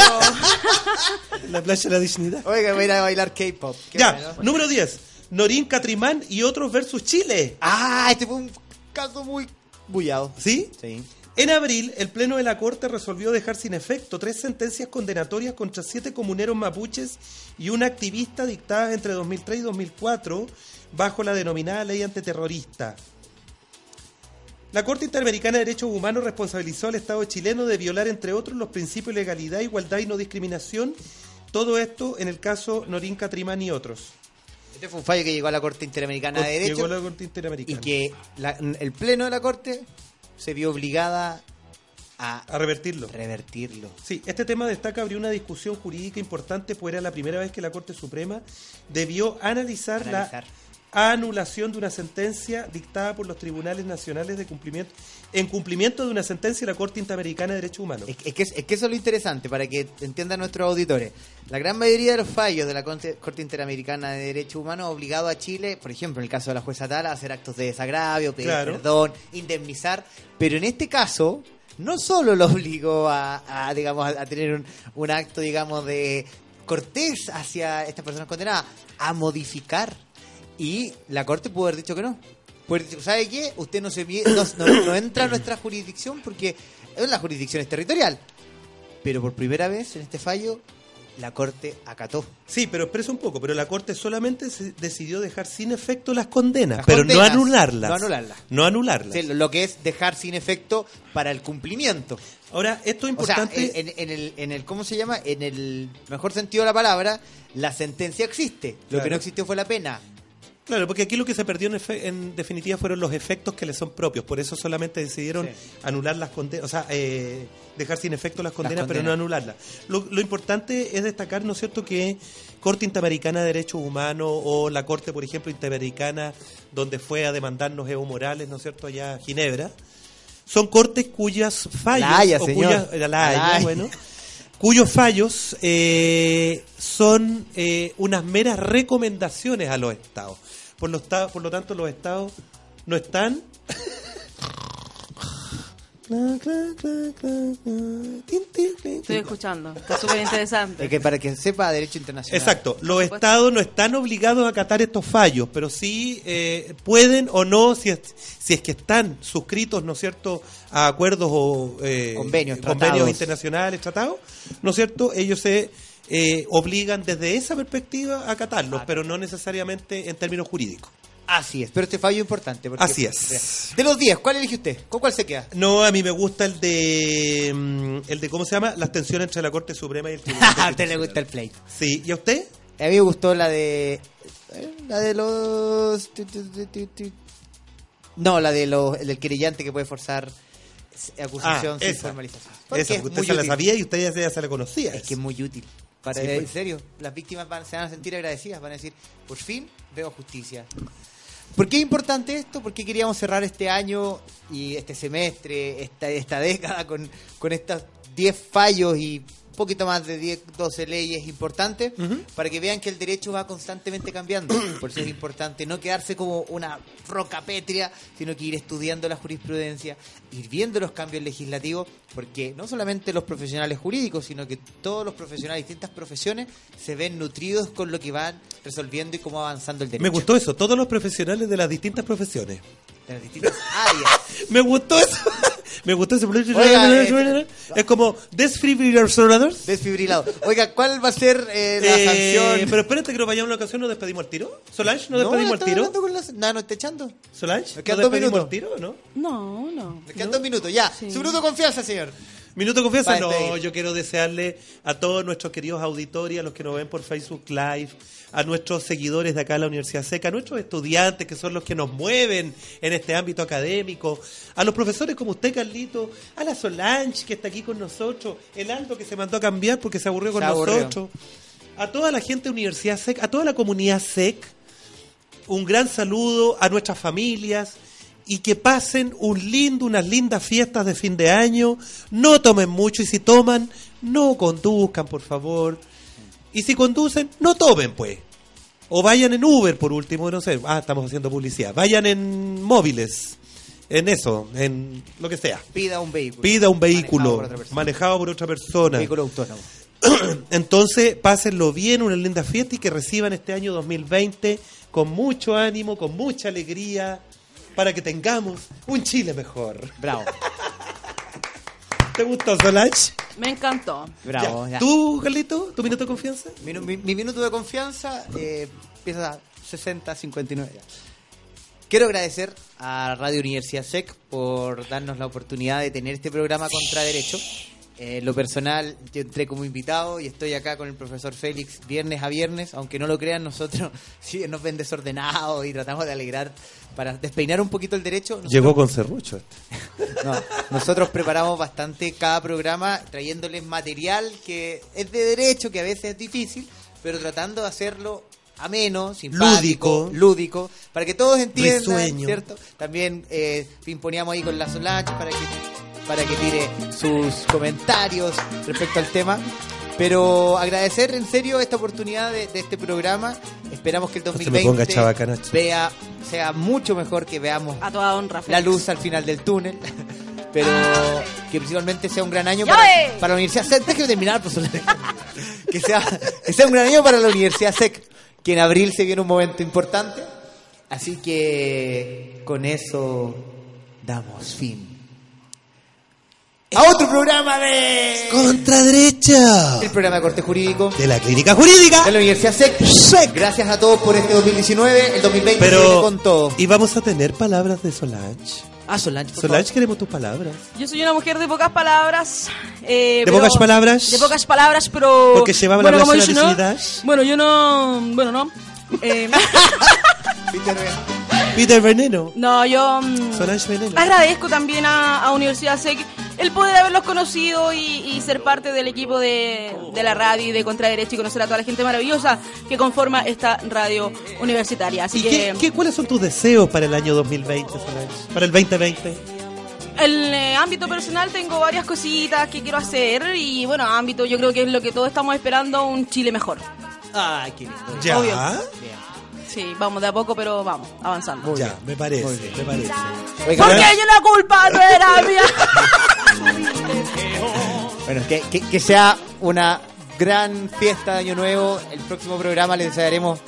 en la playa de la dignidad.
Oiga, voy a ir a bailar K-pop. Qué
Ya,
bueno.
número 10. Norín Catrimán y otros versus Chile.
Ah, este fue un caso muy bullado.
¿Sí?
Sí.
En abril, el Pleno de la Corte resolvió dejar sin efecto tres sentencias condenatorias contra siete comuneros mapuches y una activista dictadas entre 2003 y 2004 bajo la denominada ley antiterrorista. La Corte Interamericana de Derechos Humanos responsabilizó al Estado chileno de violar, entre otros, los principios de legalidad, igualdad y no discriminación. Todo esto en el caso Norín Catrimán y otros.
Este fue un fallo que llegó a la Corte Interamericana de
Llegó
Derecho
la Corte
y
Interamericana.
que la- el Pleno de la Corte se vio obligada a
A revertirlo.
revertirlo.
Sí, este tema destaca abrió una discusión jurídica importante, pues era la primera vez que la Corte Suprema debió analizar,
Analizar.
la anulación de una sentencia dictada por los tribunales nacionales de cumplimiento en cumplimiento de una sentencia de la Corte Interamericana de Derechos Humanos.
Es, es que, es, es que eso es lo interesante, para que entiendan nuestros auditores. La gran mayoría de los fallos de la Corte Corte Interamericana de Derechos Humanos ha obligado a Chile, por ejemplo, en el caso de la jueza Tala, a hacer actos de desagravio, pedir
Claro.
perdón, indemnizar. Pero en este caso, no solo lo obligó a, a, digamos, a, a tener un, un acto, digamos, de cortés hacia estas personas condenadas, a modificar. Y la Corte pudo haber dicho que no. Pudo haber dicho, ¿Sabe qué? Usted no, se, mie- no, no- no entra a nuestra jurisdicción porque eh, la jurisdicción es territorial. Pero por primera vez en este fallo, la Corte acató.
Sí, pero expresa un poco, pero la Corte solamente se- decidió dejar sin efecto las condenas,
Las
pero
condenas,
no anularlas.
no anularlas.
No anularlas.
Sí, lo- lo que es dejar sin efecto para el cumplimiento.
Ahora, esto es
O sea,
importante.
en, en- en el, en el, ¿cómo se llama? En el mejor sentido de la palabra, la sentencia existe. Lo
Claro.
que no existió fue la pena.
Claro, porque aquí lo que se perdió en, efe- en definitiva fueron los efectos que le son propios. Por eso solamente decidieron
Sí.
anular las condenas, o sea, eh, dejar sin efecto las condenas, pero no
condenas.
anularlas. Lo, lo importante es destacar, ¿no es cierto?, que Corte Interamericana de Derechos Humanos o la Corte, por ejemplo, Interamericana, donde fue a demandarnos Evo Morales, ¿no es cierto?, allá a Ginebra, son cortes cuyas fallos.
La Haya,
o
señor.
cuyas- la
La
Haya,
Haya.
bueno. Cuyos fallos eh, son eh, unas meras recomendaciones a los estados. Por lo, ta- por lo tanto, los estados no están.
Estoy escuchando. Está súper interesante.
Eh, que para quien sepa derecho internacional.
Exacto, los estados no están obligados a acatar estos fallos, pero sí eh, pueden o no, si es, si es que están suscritos, ¿no es cierto?, a acuerdos o eh,
Convenios,
convenios
tratados.
internacionales, tratados, ¿no es cierto?, ellos se eh, obligan desde esa perspectiva a acatarlos, pero no necesariamente en términos jurídicos.
Así es. Pero este fallo es importante. porque-
Así es.
De los 10, ¿cuál elige usted? ¿Con cuál se queda?
No, a mí me gusta el de, mm, el de ¿cómo se llama?, las tensiones entre la Corte Suprema y el Tribunal.
a usted le gusta el play.
Sí, ¿y a usted?
A mí me gustó la de. eh, La de los. tu, tu, tu, tu, tu. No, la de los, el del querellante que puede forzar acusación
Ah,
sin
esa.
formalización. Porque
Esa,
es
porque usted
muy
se la
útil.
sabía y usted ya se, ya se la conocía.
Es que es muy útil. Para,
Sí, pues.
En serio, las víctimas van, se van a sentir agradecidas, van a decir, por fin veo justicia. ¿Por qué es importante esto? ¿Por qué queríamos cerrar este año y este semestre, esta, esta década, con, con estos 10 fallos y un poquito más de 10, 12 leyes importantes? Para que vean que el derecho va constantemente cambiando. Por eso es importante no quedarse como una roca pétrea, sino que ir estudiando la jurisprudencia, ir viendo los cambios legislativos, porque no solamente los profesionales jurídicos, sino que todos los profesionales de distintas profesiones se ven nutridos con lo que van resolviendo y cómo va avanzando el derecho.
Me gustó eso, todos los profesionales de las distintas profesiones.
De las distintas áreas.
Me gustó eso. Me gustó ese
Oiga, eh,
Es como desfibriladores.
Desfibrilado. Oiga, ¿cuál va a ser eh, la
Eh,
sanción?
pero espérate que nos vayamos a una ocasión, nos despedimos al tiro. Solange, nos despedimos al
estaba
tiro.
hablando con los- No, no está echando. Nos
Solange, nos
quedan dos
despedimos
minutos.
al tiro, ¿no?
No, no.
quedan dos minutos, ya.
Sí.
Su minuto de confianza, señor.
Minuto de confianza.
Para
No,
despedir.
yo quiero desearle a todos nuestros queridos auditores, a los que nos ven por Facebook Live, a nuestros seguidores de acá de la Universidad Seca, a nuestros estudiantes que son los que nos mueven en este ámbito académico, a los profesores como usted, Carlito, a la Solange que está aquí con nosotros, el Aldo que se mandó a cambiar porque se aburrió con
Se aburrió.
nosotros, a toda la gente de Universidad Sec, a toda la comunidad Sec, un gran saludo a nuestras familias y que pasen un lindo, unas lindas fiestas de fin de año. No tomen mucho y si toman, no conduzcan, por favor. Y si conducen, no tomen, pues. O vayan en Uber, por último, no sé. Ah, estamos haciendo publicidad. Vayan en móviles, en eso, en lo que sea.
Pida un vehículo.
Pida un
Manejado
vehículo
por otra persona.
manejado por otra persona.
vehículo autónomo.
Entonces, pásenlo bien, una linda fiesta y que reciban este año 2020 con mucho ánimo, con mucha alegría, para que tengamos un Chile mejor.
Bravo,
¿Te gustó, Solange?
Me encantó.
bravo.
Ya.
ya.
¿Tú, Carlito? ¿Tu minuto de confianza?
Mi, mi- mi minuto de confianza eh, empieza a 60, 59. ya. Quiero agradecer a Radio Universidad SEC por darnos la oportunidad de tener este programa contra derecho. Eh, lo personal, yo entré como invitado y estoy acá con el profesor Félix viernes a viernes, aunque no lo crean nosotros, sí nos ven desordenados y tratamos de alegrar para despeinar un poquito el derecho. Nosotros-
Llegó con serrucho. este.
no, nosotros preparamos bastante cada programa trayéndoles material que es de derecho, que a veces es difícil, pero tratando de hacerlo ameno, simpático,
Lúdico.
lúdico, para que todos entiendan,
Risueño.
¿cierto? También eh, pimponeamos ahí con la Solange para que, para que tire sus comentarios respecto al tema. Pero agradecer en serio esta oportunidad de, de este programa. Esperamos que el
se me ponga
2020
chabacana, chico.
vea, sea mucho mejor que veamos
A toda honra.
la
Félix.
luz al final del túnel. Pero que principalmente sea un gran año
¡Ya
para,
ve!
para la Universidad SEC. Déjame terminar, por favor. que, sea, que sea un gran año para la Universidad SEC, que en abril se viene un momento importante. Así que con eso damos fin a otro programa de...
Contraderecha
El programa de corte jurídico
de la clínica jurídica.
de la Universidad SEC.
SEC.
Gracias a todos por este 2019. El 2020 se viene
Pero
con todo.
y vamos a tener palabras de Solange.
Ah, Solange, por
Solange queremos tus palabras.
Yo soy una mujer de pocas palabras. eh,
¿De
pero-
pocas palabras?
De pocas palabras, pero.
Porque se va a hablar
bueno, como
las
yo no-
universidades.
Bueno, yo no. Bueno, no. Eh,
favor. Peter, vean.
Peter Veneno.
no, yo. mm,
Solange Veneno.
Agradezco también a, a Universidad SEC el poder haberlos conocido y, y ser parte del equipo de, de la radio y de Contraderecho y conocer a toda la gente maravillosa que conforma esta radio universitaria. Así
¿Y
que
qué, qué- cuáles son tus deseos para el año 2020, Solange? Para el 2020.
En eh, ámbito personal tengo varias cositas que quiero hacer y bueno, ámbito yo creo que es lo que todos estamos esperando, un Chile mejor.
Ay, qué lindo.
Ya.
Obvio. Sí, vamos de a poco, pero vamos, avanzando.
Ya, me parece, me parece.
Oiga,
Porque yo la culpa no era mía.
Bueno, que, que- que sea una gran fiesta de Año Nuevo. El próximo programa les desearemos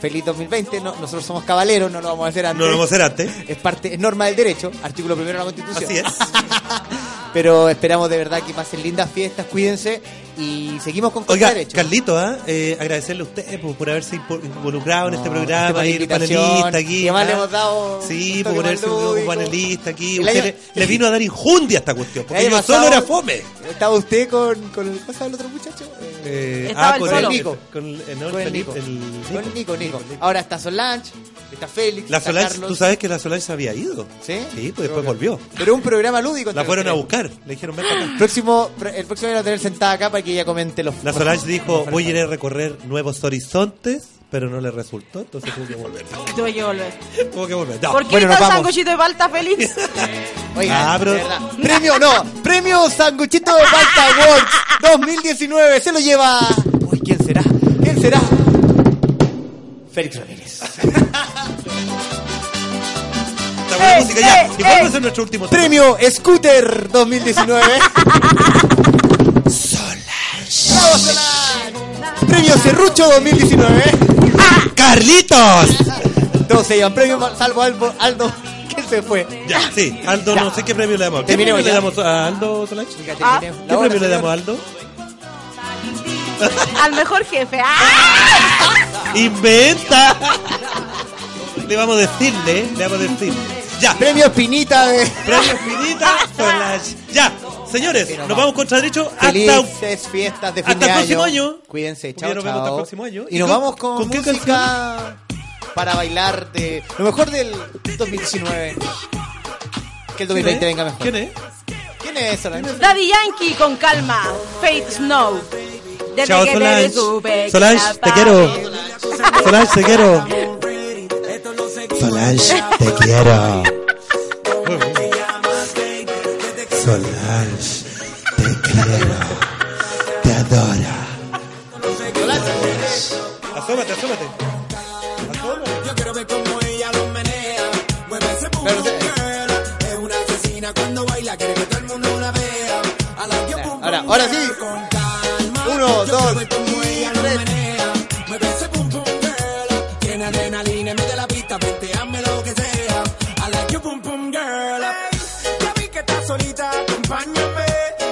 feliz 2020. No- nosotros somos caballeros, no lo vamos a hacer antes.
No lo vamos a hacer antes.
Es parte, es norma del derecho, artículo primero de la Constitución.
Así es.
Pero esperamos de verdad que pasen lindas fiestas, cuídense y seguimos con
Oiga,
derecho.
Carlito, ¿ah? Eh, agradecerle a usted po, por, haberse impo- involucrado en este
No,
programa,
este
el
invitación,
panelista aquí.
y además
¿ah?
le hemos dado
Sí, por
un toque
ponerse
más
un
lúdico.
panelista aquí.
El
Usted
año-
le, le vino a dar injundia a esta cuestión, porque
El
yo
año
solo
pasado-
era fome.
¿Estaba usted con, con el pasado del otro muchacho? Eh,
Eh,
Estaba el
con el
solo.
Nico.
Con el, eh, no, el
con el
Felipe,
Nico.
el Nico.
Con Nico, Nico. Ahora está Solange, está Félix.
La
está
Solange,
Carlos.
tú sabes que la Solange se había ido.
¿Sí?
Sí, pues después
Pero-
volvió.
Pero un programa lúdico.
La fueron a
entonces.
buscar, le dijeron, ven para acá.
Próximo, el próximo año la voy a tener sentada acá para que ella comente los.
La Solange dijo, voy a ir a recorrer nuevos horizontes, pero no le resultó, entonces tuvo que volver.
Tuve que volver.
Tuvo que volver. No,
¿Por qué
Bueno, nos
tan
vamos.
sanguchito de palta, Félix?
Oiga,
Ah, pero-
de verdad. Premio, no. Premio Sanguchito de Falta Awards 2019. Se lo lleva. Uy, ¿quién será? ¿Quién será? Félix Ramírez.
Está buena
Eh,
música ya.
eh,
y vamos a
eh.
hacer nuestro último tema.
Premio Scooter 2019. ¡Vamos, Solange! Premio Cerrucho 2019.
¡Carlitos!
Todos se llevan premio, salvo Aldo, Aldo que se fue.
Ya, sí, Aldo, no sé qué premio le damos. ¿Qué
Terminemos
premio le
ya.
damos a Aldo Solange? ¿Qué
Fíjate,
Ah,
mire, la hora,
premio le
señor.
damos a Aldo?
Al mejor jefe. ¡Ah!
¡Inventa! Le vamos a decirle, le vamos a decir. Ya,
Premio Espinita de.
premio Espinita Solange. Ya, señores,
Pero
nos
va.
vamos contra derecho hasta un
Felices fiestas de fin
hasta
de
el próximo
año.
año.
Cuídense,
Porque
chao,
ya nos vemos hasta el
chao.
próximo año.
Y,
¿Y
nos
con-
vamos con,
con qué
música para bailar de lo mejor del 2019. Que el 2020 venga mejor.
¿Quién es?
¿Quién es Solange?
Daddy Yankee con calma. Fate Snow. Desde
Chao,
que
Solange.
te supe que
Solange, te
era
quiero.
para mí.
Solange, te quiero. Solange, te quiero. Solange, te quiero. Te adoro. Asómate, asómate.
Yo quiero ver cómo ella lo menea. Mueve ese pum
Pero-
pum, girl. Es una asesina cuando baila, quiere que todo el mundo la vea. A la que pum
Ahora,
pum,
ahora
girl,
sí.
Con calma.
Uno,
Yo quiero
dos,
ver cómo ella lo
tres.
menea. Mueve ese pum pum, girl. Tiene adrenalina, mete la pista, hazme lo que sea. A la que pum pum, girl. Ey, Ya vi que estás solita, acompáñame.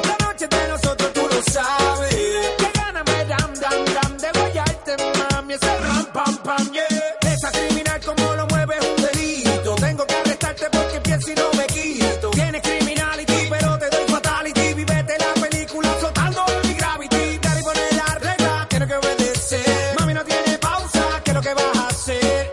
La noche es de nosotros, tú lo sabes. Que gana me dan, dan, dan de guayarte, mami. Ese ram, pam, pam, yeah. Esa criminal como lo mueve es un delito. Tengo que arrestarte porque empiezo y no me quito. Tienes criminality, pero te doy fatality. Vivete la película flotando en mi gravity. Dale y poner la regla, quiero que obedecer. Mami no tiene pausa, ¿qué es lo que vas a hacer?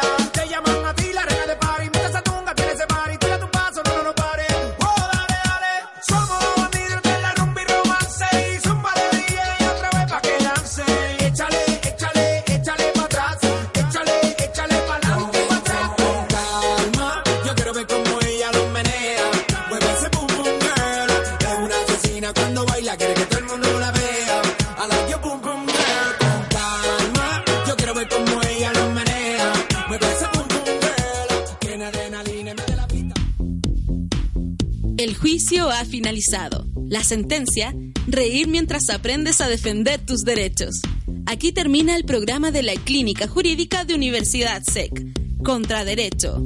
Oh,
juicio ha finalizado. La sentencia, reír mientras aprendes a defender tus derechos. Aquí termina el programa de la Clínica Jurídica de Universidad SEC. E Contraderecho.